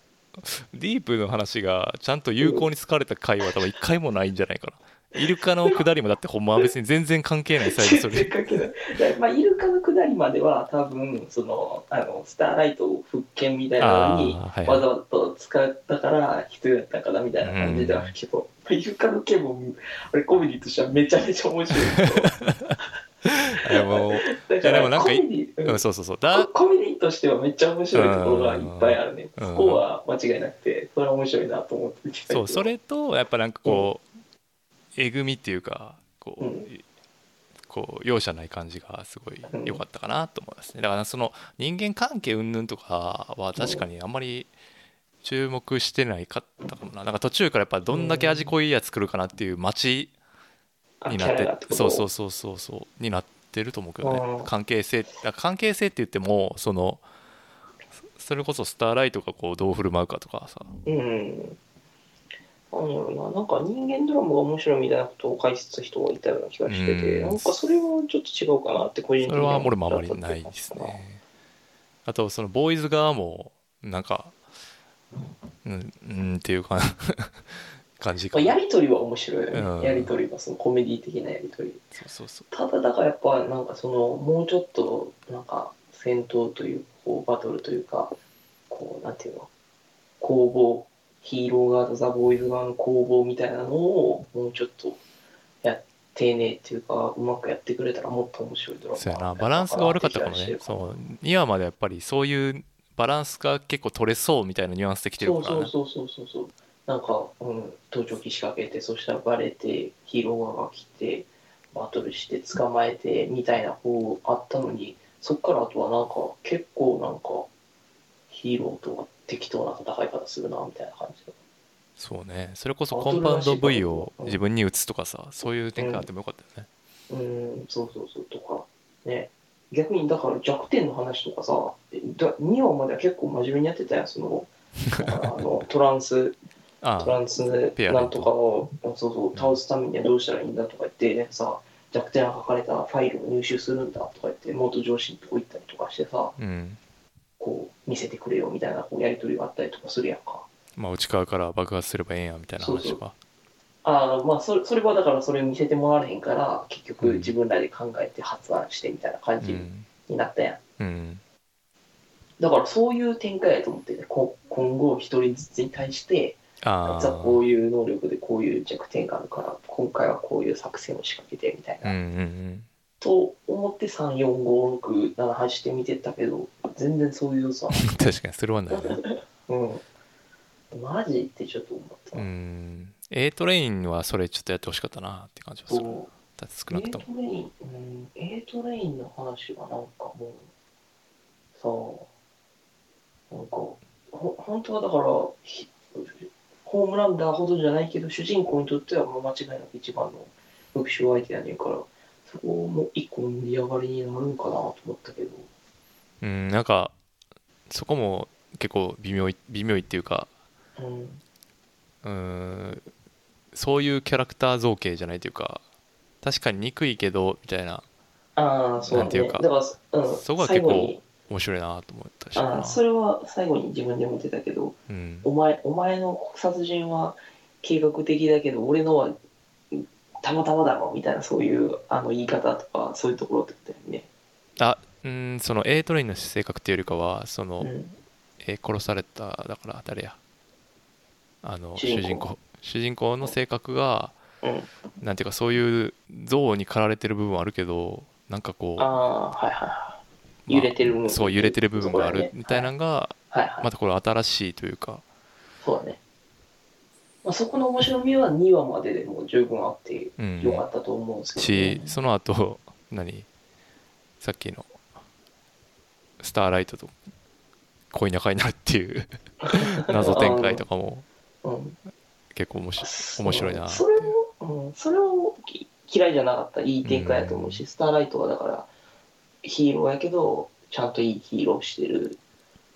ディープの話がちゃんと有効に使われた回は多分1回もないんじゃないかなイルカのくだりもだってほんまは別に全然関係ないサイズそ全 れ然関係ないだからまあ、イルカのくだりまでは多分そのあのスターライトを復権みたいなのにあーはいはいわざと使ったから必要だったからみたいな感じではあるけど、まあ、イルカの件もあれコメディとしてはめちゃめちゃ面白いいやもうだいやかでらもなんかコメいディ、うんうんそうそうそうだココメディとしてはめっちゃ面白いところがいっぱいあるね。うんそこは間違いなくて、それは面白いなと思って見てたけそどうそれとやっぱなんかこう、えぐみっていうかこう,、うこう容赦ない感じがすごい良かったかなと思いますねだからその人間関係云々とかは確かにあんまり注目してないかったかもななんか途中からやっぱどんだけ味濃いやつ来るかなっていう街あになっキャラてがことそうそうそうそうそうになってると思うけどうねん関係性だから関係性って言ってもそのそそれこそスターライトがこうどう振る舞うかとかさうん。なんやろな、なんか人間ドラマが面白いみたいなことを解説した人がいたような気がしてて、うんなんかそれはちょっと違うかなって個人的そにれはは思俺もあったまってりうかないですね。あとそのボーイズ側もなんかうんうんっていうか感 感じかまあ、なやりとりは面白いよね、うんやりとりはそのコメディ的なやりとりそうそうそうただだからやっぱなんかそのもうちょっとなんか戦闘というこうバトルというかこうなんていうの攻防ヒーロー側とザ・ボーイズ側の攻防みたいなのをもうちょっとや丁寧っていうかうまくやってくれたらもっと面白いドラマそうやなバランスが悪かったかもねそう2話までやっぱりそういうバランスが結構取れそうみたいなニュアンスで来てるそうからなそうそうそうそうそうなんか、うん、盗聴器仕掛けてそしたらバレてヒーロー側が来てバトルして捕まえてみたいな方あったのにそっからあとはなんか結構なんかヒーローとは適当な戦い方するなみたいな感じのそうねそれこそコンパウンド V を自分に打つとかさそういう展開あってもよかったよねうんそうそうそうとかね逆にだから弱点の話とかさだ2話までは結構真面目にやってたやん そのあのトランストあランスなんとかをそうそう倒すためにはどうしたらいいんだとか言ってさ弱点が書かれたファイルを入手するんだとか言って元上司のとこ行ったりとかしてさあうんこう見せてくれよみたいなこうやり取りがあったりとかするやんかまあ内側から爆発すればええんやみたいな話とかああまあそれそれはだからそれ見せてもらえへんから結局自分らで考えて発案してみたいな感うじんになったやん、うんだからそういう展開やと思ってねこ今後一人ずつに対してあ実はあこういう能力でこういう弱点があるから今回はこういう作戦を仕掛けてみたいな、うんうんうんと思って34567して見てたけど全然そういう要素は確かにそれはないね うんマジってちょっと思った、うん、A トレインはそれちょっとやってほしかったなって感じはする。そだって少うな A くとトも。レイン、うん、A トレインの話はなんかもうさあなんかほ本当はだからひホームランダーほどじゃないけど主人公にとってはもう間違いなく一番の復讐相手やねんからそこも一個盛り上がりになるんかなと思ったけどうん、なんかそこも結構微妙い微妙いっていうか、うんうん、そういうキャラクター造形じゃないというか、確かに憎いけどみたいなああ、そうだなんね。ていうかだから、うん、そこは最結後構に、面白いなと思ったしあなあ、。それは最後に自分でも出たけど、うん、お前、お前の殺人は計画的だけど、俺のはうんたまたまだろみたいな、そういうあの言い方とか、そういうところってことだよね。あ、うん、その A トレインの性格っていうよりかは、その、うん。えー殺されただから誰やあの主人主人公公主人公の性格が、うんなんていうかそういう憎悪に駆られてる部分はあるけどなんかこうああ、はいはいはまあい。揺れてる部分。そう揺れてる部分があそるこだよねみたいなのが、はいはい。またこれ新しいというかそうだね。まあ、そこの面白みは2話まででもう十分あってうよんかったと思うんですけしど、ね。その後 何さっきのスターライトと恋仲になるっていう 謎展開とかもうん。結構面白い面白いなってそれも、うん、それもき嫌いじゃなかったいい展開だと思うし、スターライトはだからヒーローやけどちゃんといいヒーローしてる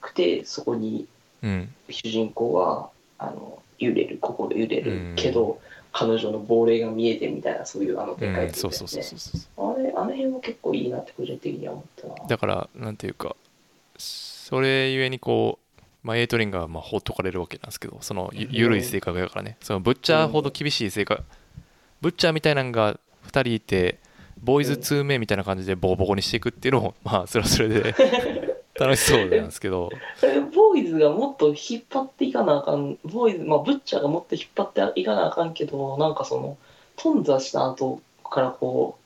くてそこにうん主人公はあの揺れる心揺れうるんけど、彼女の亡霊が見えてみたいなそういうあのう展開んってそこうとそうだそうよそねうそうあれあの辺も結構いいなって個人的には思ったなだからなんていうかそれゆえにこう、まあ、エイトリンがまあ放っとかれるわけなんですけどそのゆうん緩い性格やからねそのブッチャーほど厳しい性格ブッチャーみたいなのが2人いてボーイズ2名みたいな感じでボコボコにしていくっていうのもまあそれはそれで 楽しそうなんですけどえボーイズがもっと引っ張っていかなあかん、ボーイズ、まあ、ブッチャーがもっと引っ張っていかなあかんけど、なんかその、頓挫した後からこ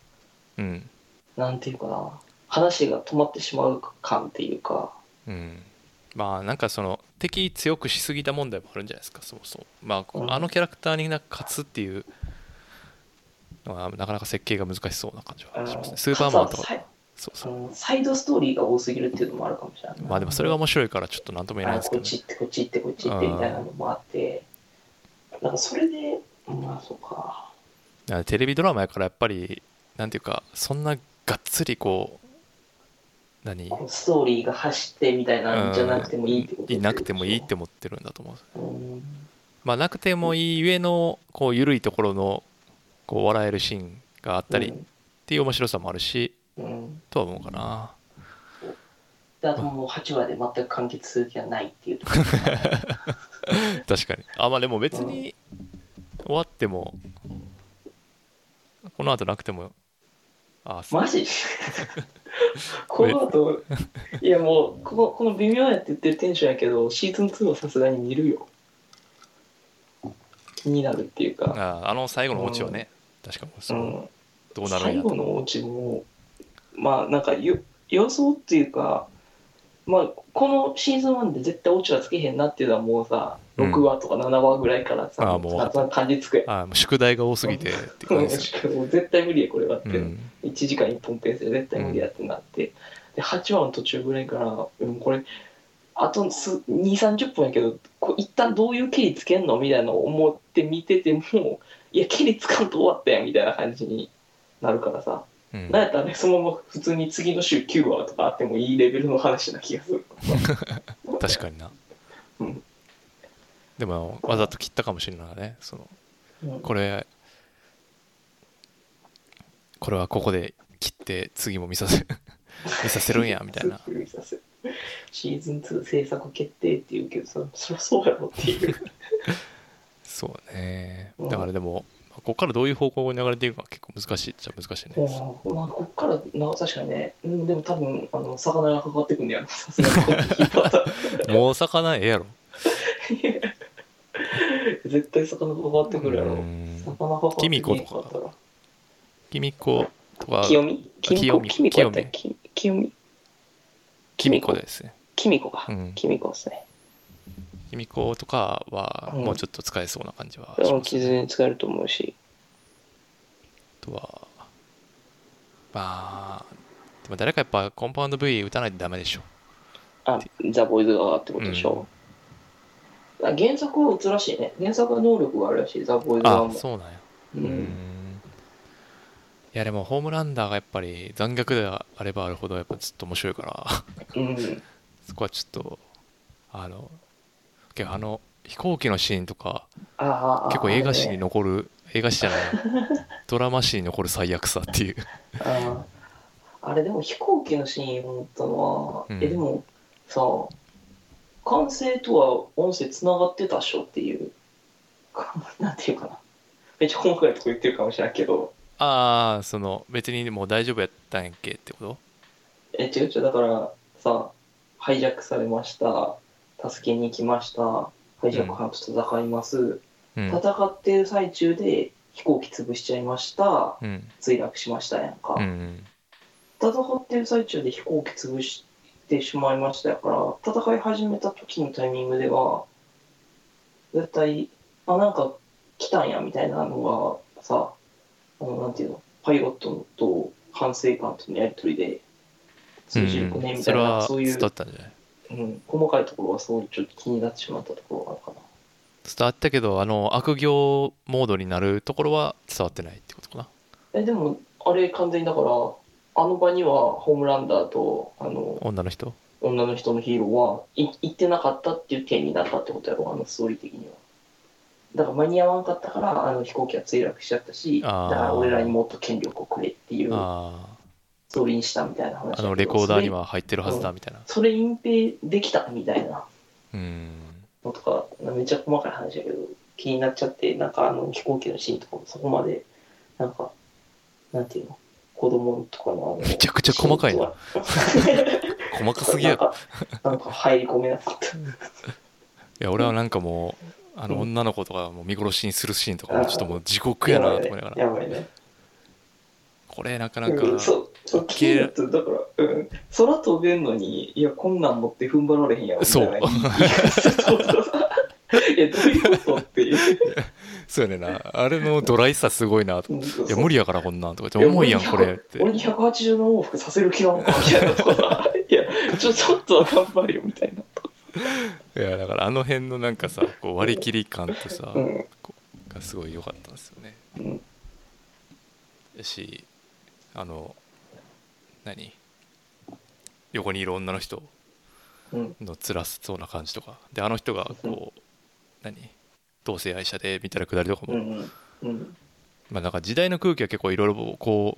うんう、なんていうかな、話が止まってしまう感っていうか、うんまあなんかその敵強くしすぎた問題もあるんじゃないですかそうそうまあこうんあのキャラクターになんか勝つっていうのはなかなか設計が難しそうな感じはしますうねんスーパーマンとかかさサイそうそううんサイドストーリーが多すぎるっていうのもあるかもしれない。まあでもそれが面白いからちょっと何とも言えないあですこけっど、ねち、行ってこっち行ってこっち行ってみたいなのもあって、なんかそれで、まあそうか。だからテレビドラマやからやっぱりなんていうかそんながっつりこう何ストーリーが走ってみたいなんじゃなくてもいいってことうんなくてもいいっ。て思ってるんだと思ううんまあなくてもいいゆえのこう緩いところのこう笑えるシーンがあったりっていう面白さもあるしうんうんとは思うかなであともう8話で全く完結する気はないっていうとこ確かにあまあでも別に終わってもこの後なくてもあそう マジこの後いやもうこのこの微妙やって言ってるテンションやけどシーズン2はさすがに見るよ気になるっていうか、ああの最後のオチはね確かもうう、そうんどうなるん最やと後のおうちもまあなんかよ予想っていうかまあこのシーズン1で絶対オチはつけへんなっていうのはもうさうん6話とか7話ぐらいからさ、あーもうだんだん感じつくやんあもう宿題が多すぎてって感じです もう絶対無理やこれはって、よ、うん、 1時間1本ペースで絶対無理やってなって、で8話の途中ぐらいからうんこれあと230分やけどこう一旦どういうケリつけんのみたいなのを思って見ててもいやケリつかんと終わったやんみたいな感じになるからさ、うんなんやったらねそのまま普通に次の週9話とかあってもいいレベルの話な気がする確かにな、うんでもわざと切ったかもしれないねそのうんこれこれはここで切って次も見させ見させるんやみたいな すぐさせるシーズン2制作決定って言うけどさそりゃそうやろっていうそうねだからでもここからどういう方向に流れていくか結構難しいっちゃ難しいまあね、こっからな確かにね、うん、でも多分あの魚がかかってくんねやろ さすがにこっち引っ張ったらもう魚ええやろ絶対魚かかってくるやろ、うん魚かかってくるキミコとか君子とか清美清美キミコやったっけ清美君子ですねキミコか、うんキミコですね君子とかはうんもうちょっと使えそうな感じはうしんますね傷に使えると思うしあとはまあでも誰かやっぱコンパウンド V 打たないとダメでしょあザ・ボーイズ側ってことでしょ、あ原作は打つらしいね原作は能力があるらしいザ・ボーイズ側あもそうなんやううんん、いやでもホームランダーがやっぱり残虐であればあるほどやっぱずっと面白いからうん、そこはちょっとあのけどあの飛行機のシーンとかああ結構映画史にの残る映画史じゃないなドラマ史に残る最悪さって いうあーあれでも飛行機のシーン思ったのは、うんえでもさ完成とは音声つながってたっしょっていうかなんていうかなめっちゃ細かいとこ言ってるかもしれないけどああその別にもう大丈夫やったんやっけってことえ違う違うだからさハイジャックされました助けに行きましたハイジャック犯と戦います、うん戦ってる最中で飛行機潰しちゃいましたうん墜落しましたやんか、うん戦ってる最中で飛行機潰してしまいましたから戦い始めた時のタイミングでは絶対あなんか来たんやみたいなのがさあのなんていうのパイロットと管制官とのやり取りで通じるくねうんみそたいれな、はそうい伝うわ、ったんじゃないうん、細かいところはそうちょっと気になってしまったところがあるかな。伝わったけどあの悪行モードになるところは伝わってないってことかなえでもあれ完全にだからあの場にはホームランダーとあの女の人女の人のヒーローはい行ってなかったっていう件になったってことやろあのストーリー的にはだから間に合わんかったからあの飛行機は墜落しちゃったしだあーから俺らにもっと権力をくれっていうあストーリーにしたみたいな話あやけあどのレコーダーには入ってるはずだみたいなそれそれ隠蔽できたみたいなうんのとかめっちゃ細かい話やけど気になっちゃってなんかあの飛行機のシーンとかもそこまでなんかなんていうの子供とかのあのめちゃくちゃ細かいなシーンとは細かすぎやろなんかなんか入り込めなかったいや俺はなんかもうあうのん女の子とかもう見殺しにするシーンとかもちょっともう地獄やなと思いながらやばいね。これなかなかうん、そう、そう気になってだから、うん、空飛べんのに、いや、こんなん持って踏ん張られへんやろみたいそな。うそうそうそう。いや、どう いうことっていう。そうやねんなあれのドライさすごいなとうんそういや無理やからこんなんとかって重いやんこれって俺に180の往復させる気なのかみたいなとか、いや、ちょちょっとは頑張るよみたいな。いやだからあの辺のなんかさこう割り切り感とさうん。がすごい良かったんですよねうんやしあの何横にいる女の人うん。の辛そうな感じとかであの人がこう何同性愛者でみたいなくだりとかも、うん。うん。まあ、なんか時代の空気は結構いろいろこ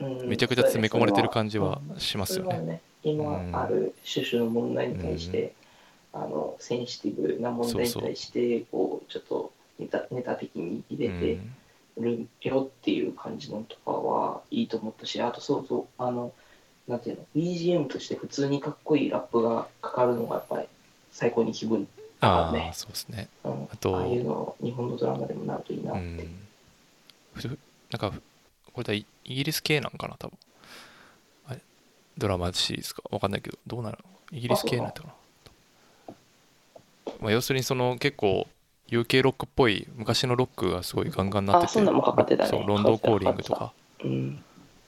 うんうめちゃくちゃ詰め込まれてる感じはしますよそれはね。ね今ある種々の問題に対して、あのセンシティブな問題に対してこうちょっとネタネタ的に入うれてんるよっていう感じのとかはいいと思ったし、あとそうそう、あの、なんていうの、BGM として普通にかっこいいラップがかかるのがやっぱり最高に気分、あねあそうですねうんあとああいうの日本のドラマでもなるといいなうって。んふなんかこれだイイギリス系なんかな多分あれドラマシリーズかわかんないけどどうなるのイギリス系なんだろうなまあ、要するにその結構 UK ロックっぽい昔のロックがすごいガンガンなっててあそんなもかかってたねそうロンドンコーリングとかかうん、だ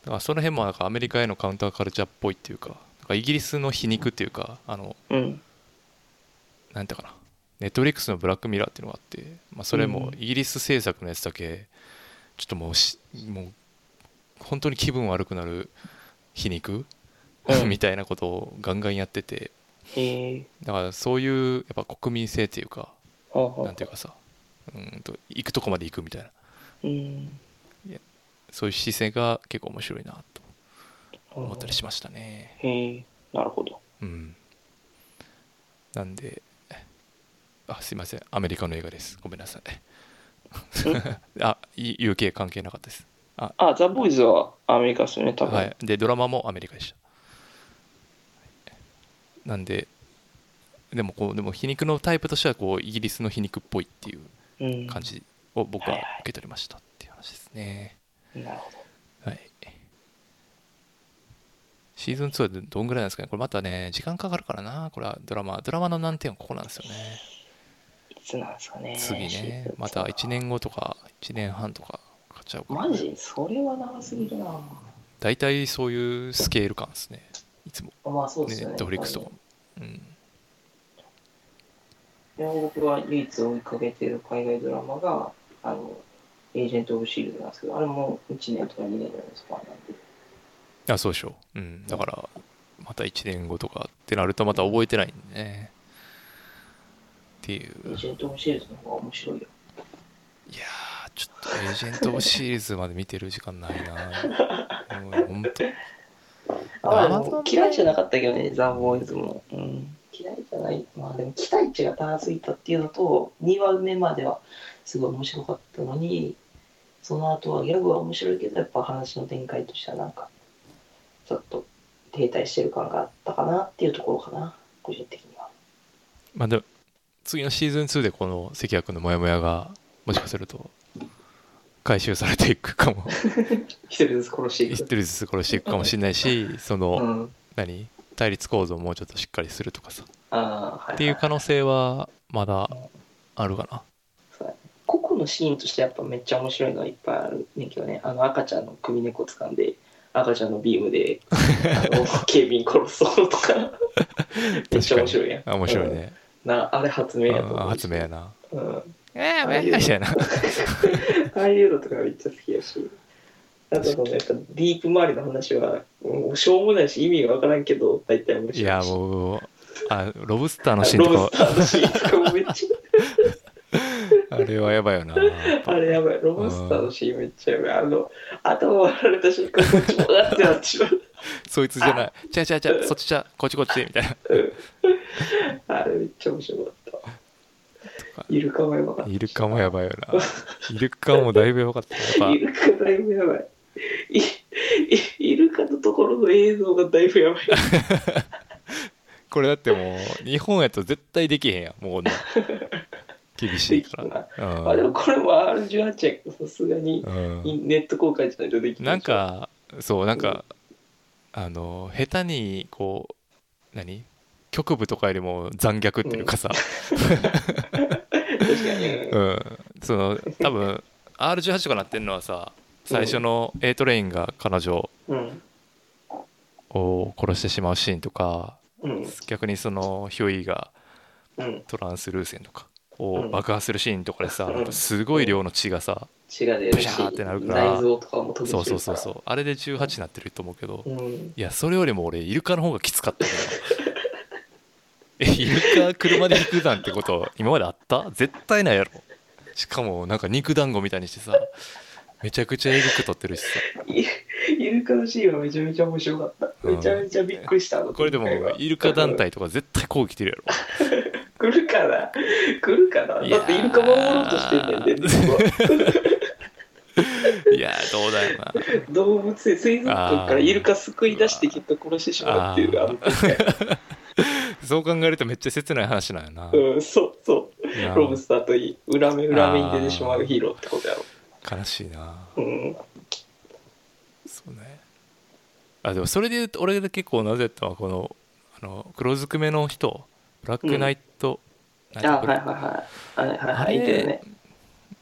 からその辺もなんかアメリカへのカウンターカルチャーっぽいっていうかなんかイギリスの皮肉っていうかあのうん、なんていうかなネットフリックスの「ブラックミラー」っていうのがあって、まあ、それもうんイギリス制作のやつだけちょっともうしもう本当に気分悪くなる皮肉、うん みたいなことをガンガンやっててへえだからそういうやっぱ国民性っていうかほうほうなんていうかさうんと行くとこまで行くみたいなうんそういう姿勢が結構面白いなとほう思ったりしましたね。へえなるほどうん、なんであすいませんアメリカの映画ですごめんなさい あ UK 関係なかったですあザ・ボーイズはアメリカですよね多分、はいでドラマもアメリカでしたなんででもこうでも皮肉のタイプとしてはこうイギリスの皮肉っぽいっていううん、感じを僕は受け取りましたっていう話ですねなるほどはいシーズン2はどどんぐらいなんですかねこれまたね時間かかるからなこれはドラマドラマの難点はここなんですよねいつなんですかね次シーズねンまた1年後とか1年半とか買っちゃうからマジそれは長すぎるな大体そういうスケール感ですねいつもまあそうでねすネよねットフリックスとかも、うん、でも僕は唯一追いかけてる海外ドラマがあのエージェント・オブ・シールドなんですけどあれも1年とか2年ぐらいのスパンなんであそうでしょう、うん、だからまた1年後とかってなるとまた覚えてないんでねっていうエージェント・オブ・シールドの方が面白いよいやーちょっとエージェントシリーズまで見てる時間ないなもうほんとあまあで Amazon も嫌いじゃなかったけどね、ザ・ボーイズも。うん、嫌いじゃない。まあでも期待値が高すぎたっていうのと、2話目まではすごい面白かったのに、その後はギャグは面白いけど、やっぱ話の展開としてはなんか、ちょっと停滞してる感があったかなっていうところかな、個人的には。まあでも次のシーズン2でこの関谷君のモヤモヤがもしかすると回収されていくかも一人ずつ殺してい一く。人ずつ殺していくかもしれないしそうのん。何対立構造をもうちょっとしっかりするとかさっああ、はい、はい。ていう可能性はまだあるかなそうだね個々のシーンとしてやっぱめっちゃ面白いのはいっぱいあるねんけどねあの赤ちゃんの首根っこ掴んで赤ちゃんのビーム であの警備員殺そうとかめっちゃ面白いやんあ面白いねうんなあれ発明やと思あう発明やな、なうん、あええああいうめっちゃやなあいうのとかめっちゃ好きやしあとそのやっぱディープ周りの話はもうしょうもないし意味がわからんけど大体面白いしいやもうあロブスターのシーンロブとスかターのシーンとかもめっ ちあれはやばいよなやっゃぱあれやばいロブスターのシーンめっちゃやばいあの頭割られた瞬間こっちもなってなってしまうそいつじゃないちゃうちゃうちゃうそっちじゃうこっちこっちみたいな あれめっちゃ面白かったか。イルカもやばかった。イルカもやばいよなイルカもだいぶやばかったやっぱイルカだいぶやばい。イイイルカのところの映像がだいぶやばい。これだってもう日本やと絶対できへんやんもうこん なん厳しいからまあでもこれも R18 やけどさすがにうんうんネット公開じゃないとできないなんかそうなんかあの下手にこう何局部とかよりも残虐っていうかさ、確かに、ううんんその多分 R18 とかなってんのはさ最初の A トレインが彼女うんを殺してしまうシーンとかうん逆にそのヒョイがうんトランスルーセンとかを爆破するシーンとかでさ、やっぱすごい量の血がさ、血が出るブシしャーってなるから内臓とかも飛びそうそうそううそうあれで18になってると思うけど、うんいやそれよりも俺イルカの方がきつかったよ えイルカ車で引くなんてこと今まであった絶対ないやろしかもなんか肉団子みたいにしてさめちゃくちゃえぐく撮ってるしさイイルカのシーンはめちゃめちゃ面白かった、うんめちゃめちゃびっくりしたあのこれでも展開はイルカ団体とか絶対こう来てるやろ来るかな来るかないだやーってイルカ守ろうとしてんねんで、猫はいやーどうだよな動物園、水族館からイルカ救い出して結果殺してしまうっていう、ああーの展開、そう考えるとめっちゃ切ない話なんやな うん、そうそう、なあロブスターといい、裏目裏目に出てしまうヒーローってことやろ。悲しいなうん、そうねあでもそれで言うと俺が結構なぜったのはこのあの黒ずくめの人ブラックナイト、ナイあトはブいラはッいクはい。はいはいあはい。いてるねれ。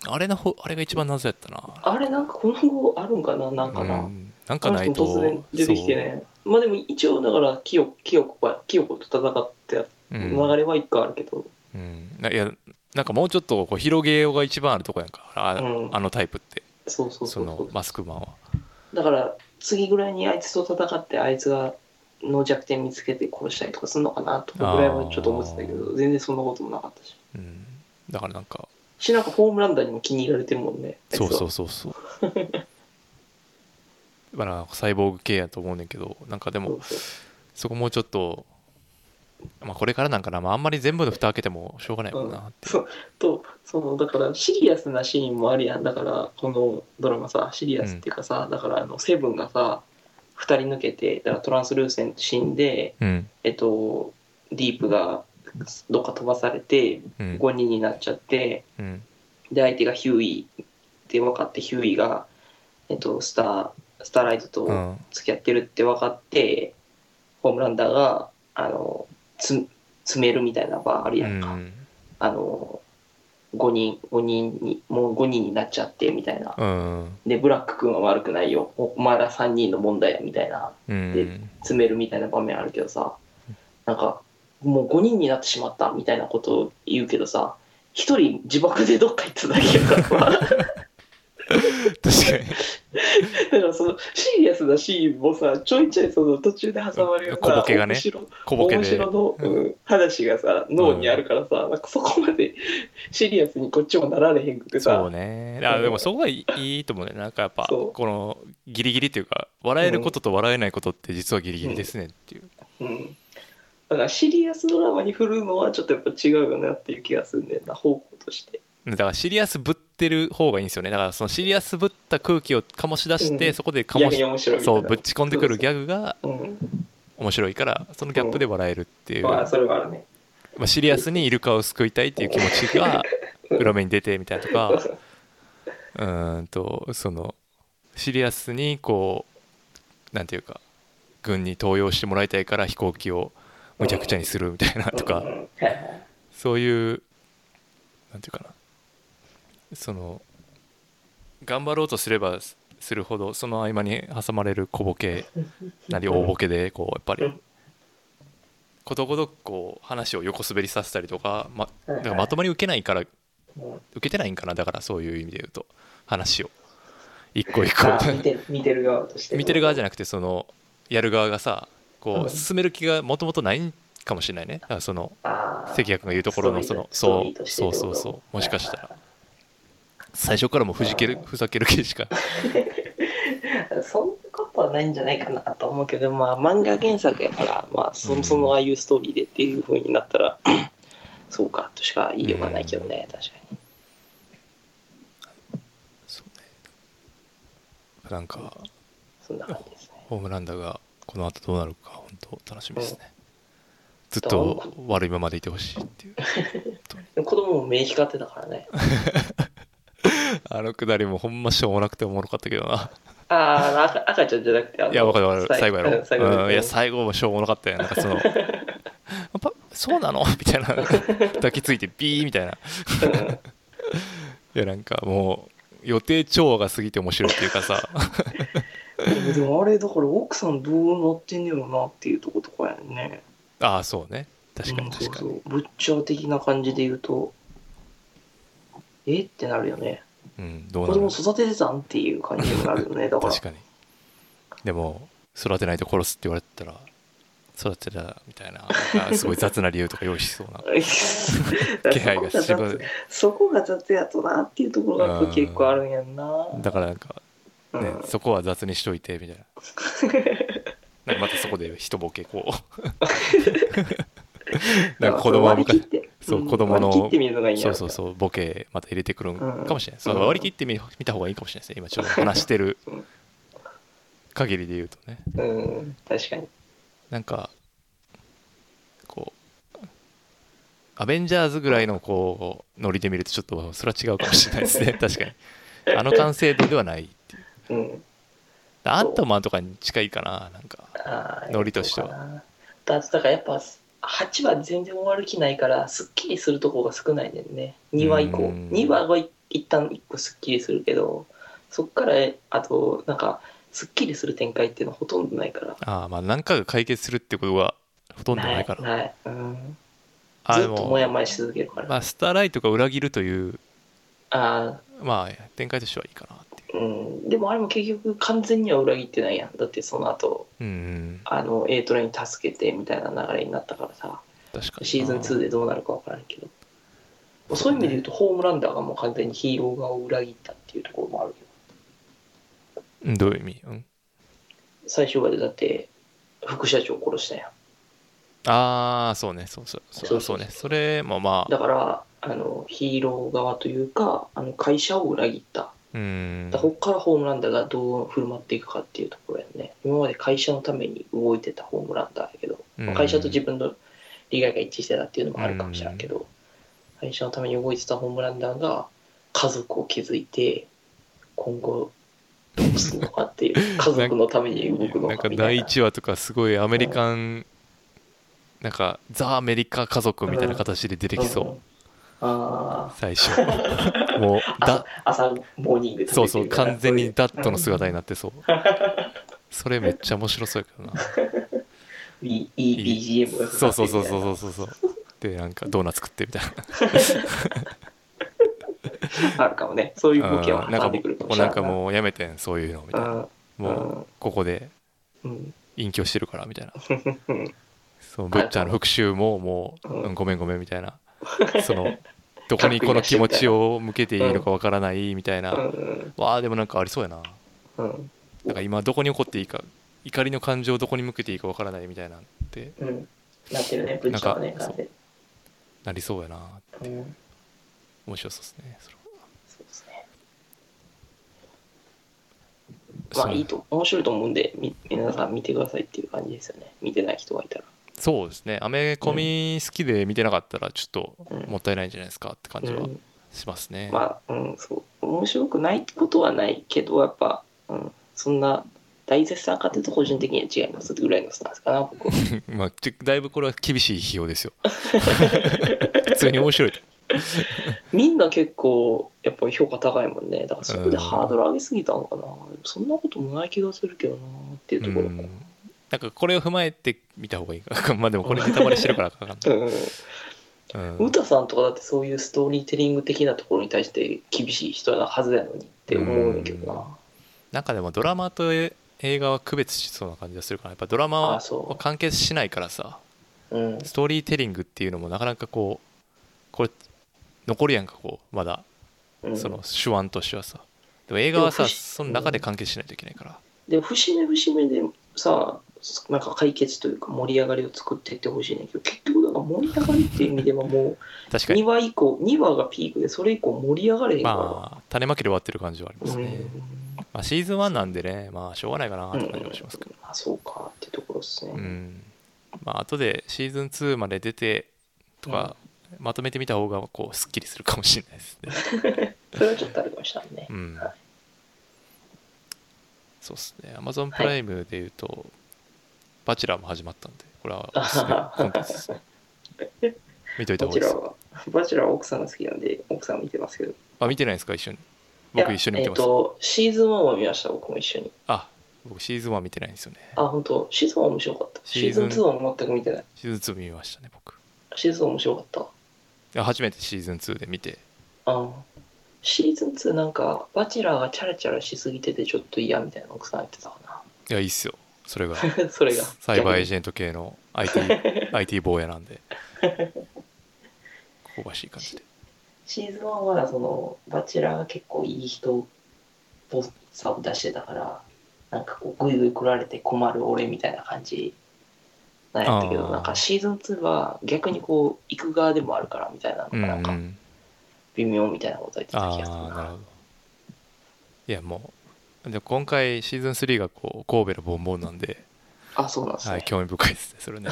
あれのほあれが一番なぜやったなあれなんかこの後あるんかななんかな。うんなんかないと突然出てきてね。まあでも一応だからキヨキヨコはキヨコと戦ってやっそううん流れは一個あるけど。うん、ないやなんかもうちょっとこう広げようが一番あるとこやんかあ,、うんあのタイプってそうそうそそうそのう。マスクマンはだから次ぐらいにあいつと戦ってあいつがの弱点見つけて殺したりとかするのかなとかぐらいはちょっと思ってたけど全然そんなこともなかったし。うん、だからなんかしなんかホームランダーにも気に入られてるもんね。。そうそううそうそう まあなんかサイボーグ系やと思うねんけどなんかでそもうそうそこもうちょっと、まあ、これからなんかな、まあ、あんまり全部の蓋開けてもしょうがないもんなって、そうとそのだからシリアスなシーンもあるやんだからこのドラマさシリアスっていうかさ、だからあのセブンがさ2人抜けてだからトランスルーセント死んでうんえっとディープがどっか飛ばされてうん5人になっちゃってうんで相手がヒューイって分かってヒューイが、えっと、スタースターライトとうん付き合ってるって分かって、ホームランダーがあのつ詰めるみたいな場あるうやんか。んあの5人5人にもう5人になっちゃってみたいなうんでブラック君は悪くないよおお前ら3人の問題やみたいなうん詰めるみたいな場面あるけどさなんかもう5人になってしまったみたいなことを言うけどさ1人自爆でどっか行っただけやからだか確かにらそのシリアスなシーンもさちょいちょいその途中で挟まるよう小なボケがね面白小ボケ面で白の、うん、話がさ脳にあるからさ、なんかそこまで シリアスにこっちもなられへんくてさそうねあでもそこがいいいいと思うねなんかやっぱそうこのギリギリっていうか笑えることと笑えないことって実はギリギリですねっていう、うんだからシリアスドラマに振るのはちょっとやっぱ違うよなっていう気がするんだよな方向としてだからシリアスぶってる方がいいんですよねだからそのシリアスぶった空気を醸し出して、うんそこで醸逆しに面白いみたいそなうぶち込んでくるギャグがうん面白いからそのギャップで笑えるっていう、まあまそれはあるねあ、シリアスにイルカを救いたいっていう気持ちが裏目に出てみたいなとかうーんとそのシリアスにこうなんていうか軍に登用してもらいたいから飛行機をむちゃくちゃにするみたいなとうんかはいはいそういうなんていうかなその頑張ろうとすればすするほどその合間に挟まれる小ボケなり大ボケでこうやっぱうりんことごとくこう話を横滑りさせたりとかまはだいはいからまとまり受けないからうん受けてないんかなだからそういう意味で言うと話を一個一個あ見て見てる側として見てる側じゃゃなくてそのやる側がさこうんう進める気がもともとないんかもしれないねだからそのあ関谷君が言うところのスそトーリーのとストーそうそうリーとしてってことそうそうもしかしたら最初からもうふじけるふざける気しかあそんなことはないんじゃないかなと思うけどまあ漫画原作やからまあそもそもああいうストーリーでっていうふうになったらそうかとしか言いようがないけどね確かにそうねなんかそんな感じですねホームランダーがこの後どうなるか本当楽しみですねずっと悪いままでいてほしいってい う本当にでも子供も目光ってたからねあのくだりもほんましょうもなくておもろかったけどなああ、赤赤ちゃんじゃなくて、あのいや、わかるわかる。さい最後やうん最後ろ。うん、いや、最最後もしょうもなかったよ。なん かその、やっぱ、そうなの みたいな。抱きついてビーみたい な。いや、なんかもう、予定調和が過ぎて面白いっていうかさ。 後。でもあれ、だから奥さんどうなってんねやろなっていうとことかやんね。ああ、そうね。確かうにんそう確かに。そう。ブッチャー的な感じで言うと、えってなるよね。うん、どう子なる供育ててたんっていう感じになるよね。だから確、かに。でも、育てないと殺すって言われたら、育てたみたいな、なんかすごい雑な理由とか用意しそう な気配がしそまこが雑う。そこが雑やとなっていうところが結構あるんやんな。だからなんか、うねん、そこは雑にしといてみたいな。なん かまたそこで人ボケこう。なんか子供は割り昔 切って、そう子供の割り切ってみるのがいいんやそろうそうそうボケまた入れてくるんかもしれない、うそんう割り切ってみ見た方がいいかもしれないですね今ちょっと話してるうん限りで言うとねううん確かになんかこうアベンジャーズぐらいのこうノリで見るとちょっとそれは違うかもしれないで すね確かにあの完成度ではないっていううんアントマンとかに近いかななんかあーノリとしてはそうかなだだからやっぱ8は全然終わる気ないからすっきりするとこが少ないねんね2話以降うん2話は一旦1個すっきりするけどそっからあとなんかすっきりする展開っていうのはほとんどないからああまあ何かが解決するってことはほとんどないからはい、はいうん、あずでっとももやもやし続けるから、まあ、スターライトが裏切るというあまあ展開としてはいいかなっていーうん、でもあれも結局完全には裏切ってないやんだってその後ううんあの A トレに助けてみたいな流れになったからさ確かにシーズン2でどうなるか分からんけどそういう意味で言うとホームランダーがもう完全にヒーロー側を裏切ったっていうところもあるようんどういう意味、うん、最終話でだって副社長殺したやんああそうねそうそうそうそそううそうそねうそれもまあだからあのヒーロー側というかあの会社を裏切ったうんだからここからホームランダーがどう振る舞っていくかっていうところやね今まで会社のために動いてたホームランダーやけど、まあうん会社と自分の利害が一致してたっていうのもあるかもしれんけど、会社のために動いてたホームランダーが家族を築いて今後どうするのかっていう家族のために動くのなんかかみた第いな1話とかすごいアメリカンなんかザ・アメリカ家族みたいな形で出てきそう、んあ最初 もうあだ朝朝モーニングでそうそう完全にダットの姿にななって そうそれめっちゃ面白そうやけどないいいい BGM が かかってそうそうそうみたいなそうそうそうでなんかドーナツ食ってみたいなあるかもねそういう動きはなん挟かんでくるかももうしれなんないかもうやめてんそういうのみたいなもうここでうん隠居してるからみたいなうんそのブッチャーの復讐ももう、ううんんごめんごめんみたいな そのどこにこの気持ちを向けていいのかわからないみたいな、うんわあでもなんかありそうやなうんなんか今どこに怒っていいか怒りの感情をどこに向けていいかわからないみたいなんってうんなってるね文章はねなん完か全なりそうやなにうん面白そうですねそれそうですねまあいいと面白いと思うんでみ皆さん見てくださいっていう感じですよね見てない人がいたらそうですねアメコミ好きで見てなかったらちょっとうんもったいないんじゃないですかって感じうはんしますね、まあうんそう面白くないことはないけどやっぱうんそんな大絶賛かっていうと個人的には違いますぐらいのスタンスかな僕はまあ、ちょだいぶこれは厳しい費用ですよ 普通に面白いとみんな結構やっぱ評価高いもんねだからそこでうんハードル上げすぎたのかな、そんなこともない気がするけどなっていうところも、なんかこれを踏まえて見た方がいいか まあでもこれネタバレしてるからあかんなうんうんウタさんとかだってそういうストーリーテリング的なところに対して厳しい人なはずやのにって思うんやけどな。なんかでもドラマと映画は区別しそうな感じがするからやっぱドラマあはそう完結しないからさうん、ストーリーテリングっていうのもなかなかこうこれ残るやんかこうまだうんその手腕としてはさでも映画はでもさ不思その中で完結しないといけないからで節目節目でさなんか解決というか盛り上がりを作っていってほしいねんけど結局だから盛り上がりっていう意味ではも確うか2に話以降2話がピークでそれ以降盛り上がれへんから。まあ種まきで終わってる感じはありますうんね、まあ、シーズン1なんでねまあしょうがないかなって感じはしますけどあそうかってところですね、うんまあ後でシーズン2まで出てとか、まとめてみた方がこうすっきりするかもしれないですねそれはちょっとありましたねう、んはいそうですね Amazon プライムでいうと、バチェラーも始まったんでこれはおすすめコンテンツ ですね見といたバ方がいいチでェラすーはバチェラーは奥さんが好きなんで奥さん見てますけどあ見てないですか一緒に僕いや一緒に見てます、えっ、とシーズン1は見ました僕も一緒にあ僕シーズン1見てないんですよねあ、本当シーズン1面白かった。シシーーズズンン2は全く見てない。シーズン2見ましたね僕シーズン1面白かった。いや初めてシーズン2で見てあーシーズン2なんか、バチェラーがチャラチャラしすぎててちょっと嫌みたいな奥さん言ってたかいやいいっすよそれがな。 それが。サイバーエージェント系の IT, IT 坊やなんで香ばしい感じでシーズン1はその、バチェラーが結構いい人ぽさを出してたから、なんかこう、ぐいぐい来られて困る俺みたいな感じなんやったけどあーなんかシーズン2は逆にこう行く側でもあるからみたいなのうがん、うなんかん、微妙みたいなこと言ってたあ気がするあなるなほどいやもうで今回シーズン3がこう神戸のボンボンなんで、あそうなんですはい、ね興味深いですねそれ ね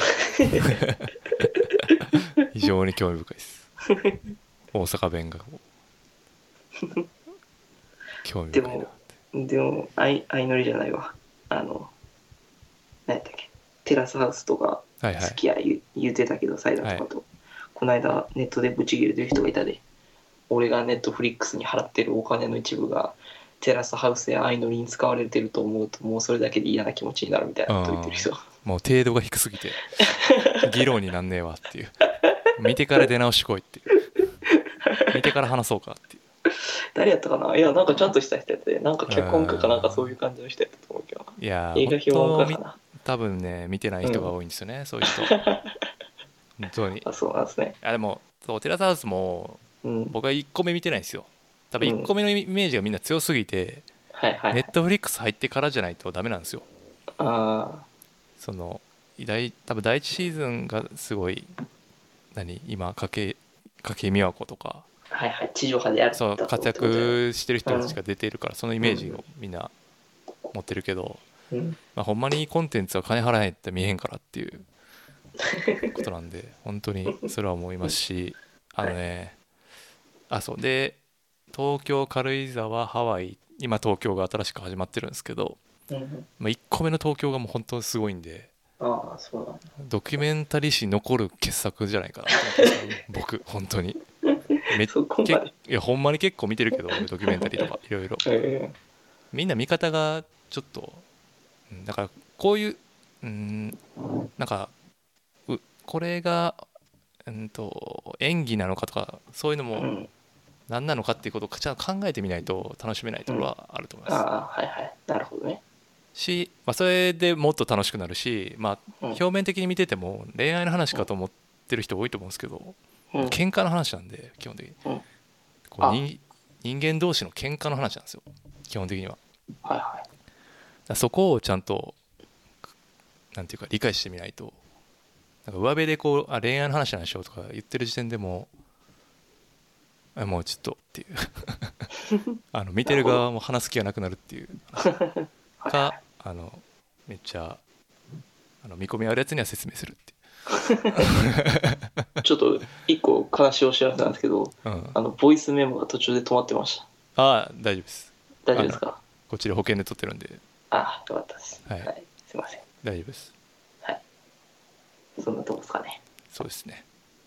非常に興味深いです大阪弁がこ う興味深いなでもでも相相乗りじゃないわあの何やったっけテラスハウスとかはいは好いきや言,、言うてたけどサイダーとかと、この間ネットでブチ切れてる人がいたで俺がネットフリックスに払ってるお金の一部がテラスハウスや相乗りに使われてると思うともうそれだけで嫌な気持ちになるみたいなこと言ってる人 もう程度が低すぎて議論になんねえわっていう見てから出直してこいっていう見てから話そうかっていう誰やったかないやなんかちゃんとした人やったでなんか脚本家かなんかそういう感じの人やったと思うけどいやー映画評論本家当かにな多分ね見てない人が多いんですよ ね、そういう人本当にあそうなんですねあでもそうテラスハウスもうん僕は1個目見てないんですよ多分うん1個目のイメージがみんな強すぎて、はいはい、ネットフリックス入ってからじゃないとダメなんですよあその第多分第一シーズンがすごい何今筧筧美和子とかあはいはい地上波でやるそう活躍してる人たちが出ているからそのイメージをみんな持ってるけど、うんまあ、ほんまにいいコンテンツは金払えないって見えへんからっていう ことなんで本当にそれは思いますしあのねあそうで東京軽井沢ハワイ今東京が新しく始まってるんですけど、うんまあ、1個目の東京がもう本当にすごいんでああそうなんだドキュメンタリー史に残る傑作じゃないかなと思ってますね僕本当 にめっそこけ までいやほんまに結構見てるけど俺ドキュメンタリー とかいろいろえみんな見方がちょっとうんだからこういううんなんかうこれがうんと演技なのかとかそういうのえうもん何なのかっていうことをちゃんと考えてみないと楽しめないところはあると思いあますあはいはいなるほどねし、まあ、それでもっと楽しくなるし、まあ、うん表面的に見てても恋愛の話かと思ってる人多いと思うんですけどうん喧嘩の話なんで基本的にうんこう人人間同士の喧嘩の話なんですよ基本的には。はいはだからそこをちゃんとなんていうか理解してみないとなんか上辺でこうあ恋愛の話なんでしょうとか言ってる時点でもうあもうちょっとっていうあの見てる側も話す気がなくなるっていういはかあのめっちゃあの見込みあるやつには説明するっていいちょっと一個悲しいお知らせなんですけどう、うん、あのボイスメモが途中で止まってましたあ大丈夫です大丈夫ですかこっちで保険で取ってるんでああよかったですはいすいません大丈夫ですそんなとこですかねそうですね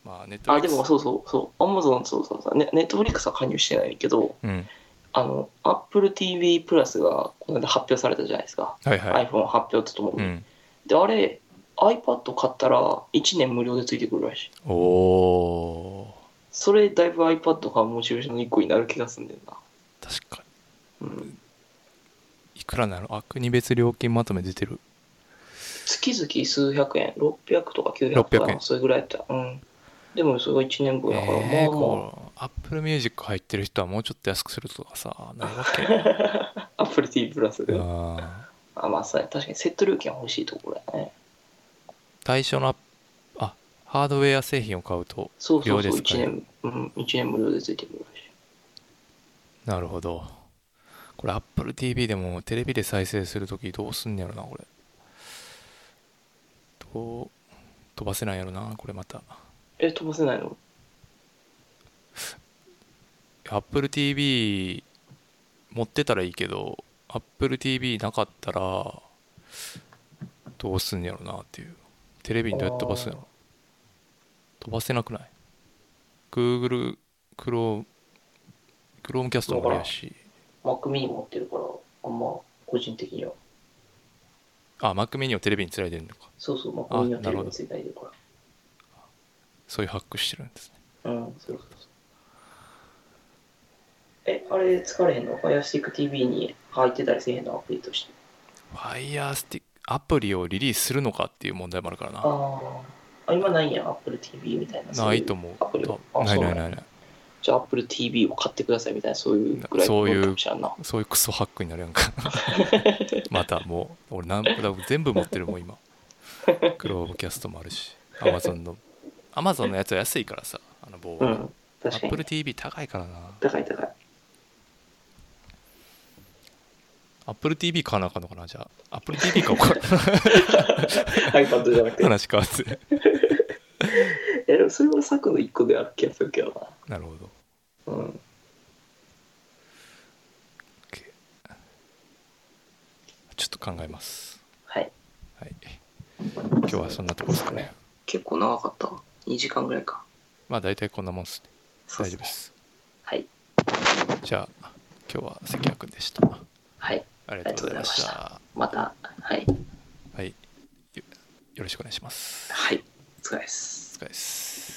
まあネットあでもそうそうそうアマゾンそうそうそうねネットフリックスは加入してないけどうんあの AppleTV プラスがこの間発表されたじゃないですか、はいはい、 iPhone 発表とともうに、ん、であれ iPad 買ったら1年無料でついてくるらしいおおそれだいぶ iPad が無印の1個になる気がすんだよなー確かにうんいくらなのあ国別料金まとめ出てる月々数百円600とか900と600か円それぐらいやったうんでもそれが1年分やから、えー、まこうアップルミュージック入ってる人はもうちょっと安くするとか さないわけあまあ Apple TV プラスであーあまあそうや確かにセット料金は欲しいところやね対象のアップあハードウェア製品を買うとそうそう無料でそうすか1年うん一年無料でついてくるらしいなるほどこれアップル TV でもテレビで再生するときどうすんねやろなこれどう飛ばせないやろなこれまたえ飛ばせないのアップル TV 持ってたらいいけどアップル TV なかったらどうすんねやろなっていうテレビにどうやって飛ばすんやろ飛ばせなくない Google Chrome Chromecast もあれやし Mac mini 持ってるからあんま個人的にはあ Mac メニューをテレビにつらいでるのかそうそう Mac あ mini はテなるほレビどについてないかそういうハックしてるんですねらうんそうそうそうえあれ疲れへんの FirestickTV に入ってたりせえへんのアプリとして Firestick アプリをリリースするのかっていう問題もあるからなああ今ないんや AppleTV みたいなそうなういと思うアプリはあないそうなないんやないないじゃあ AppleTV を買ってくださいみたいなそういうぐらいそういうの感じやんなそういう クソハックになるやんかまたもう俺なんだ全部持ってるもん今グローブキャストもあるし Amazon の Amazon のやつは安いからさあの棒うは、ん。確かに。 AppleTV 高いからな高い高い。 AppleTV 買わなあかんのかなじゃあ AppleTV 買おうか iPad じゃなく て。話変わってえ、でもそれは策の一個である気がするけどなるほどな。うん。ちょっと考えますはい。はい今日はそんなとこですかね結構長かったわ。2時間ぐらいか。まあ大体こんなもんっすねそう大っ丈夫すですはい。じゃあ今日は関谷君でしたはい。ありがとうございましありがとうございたまた。はい。はいよよろしくお願いしますはい。お疲れです。お疲れです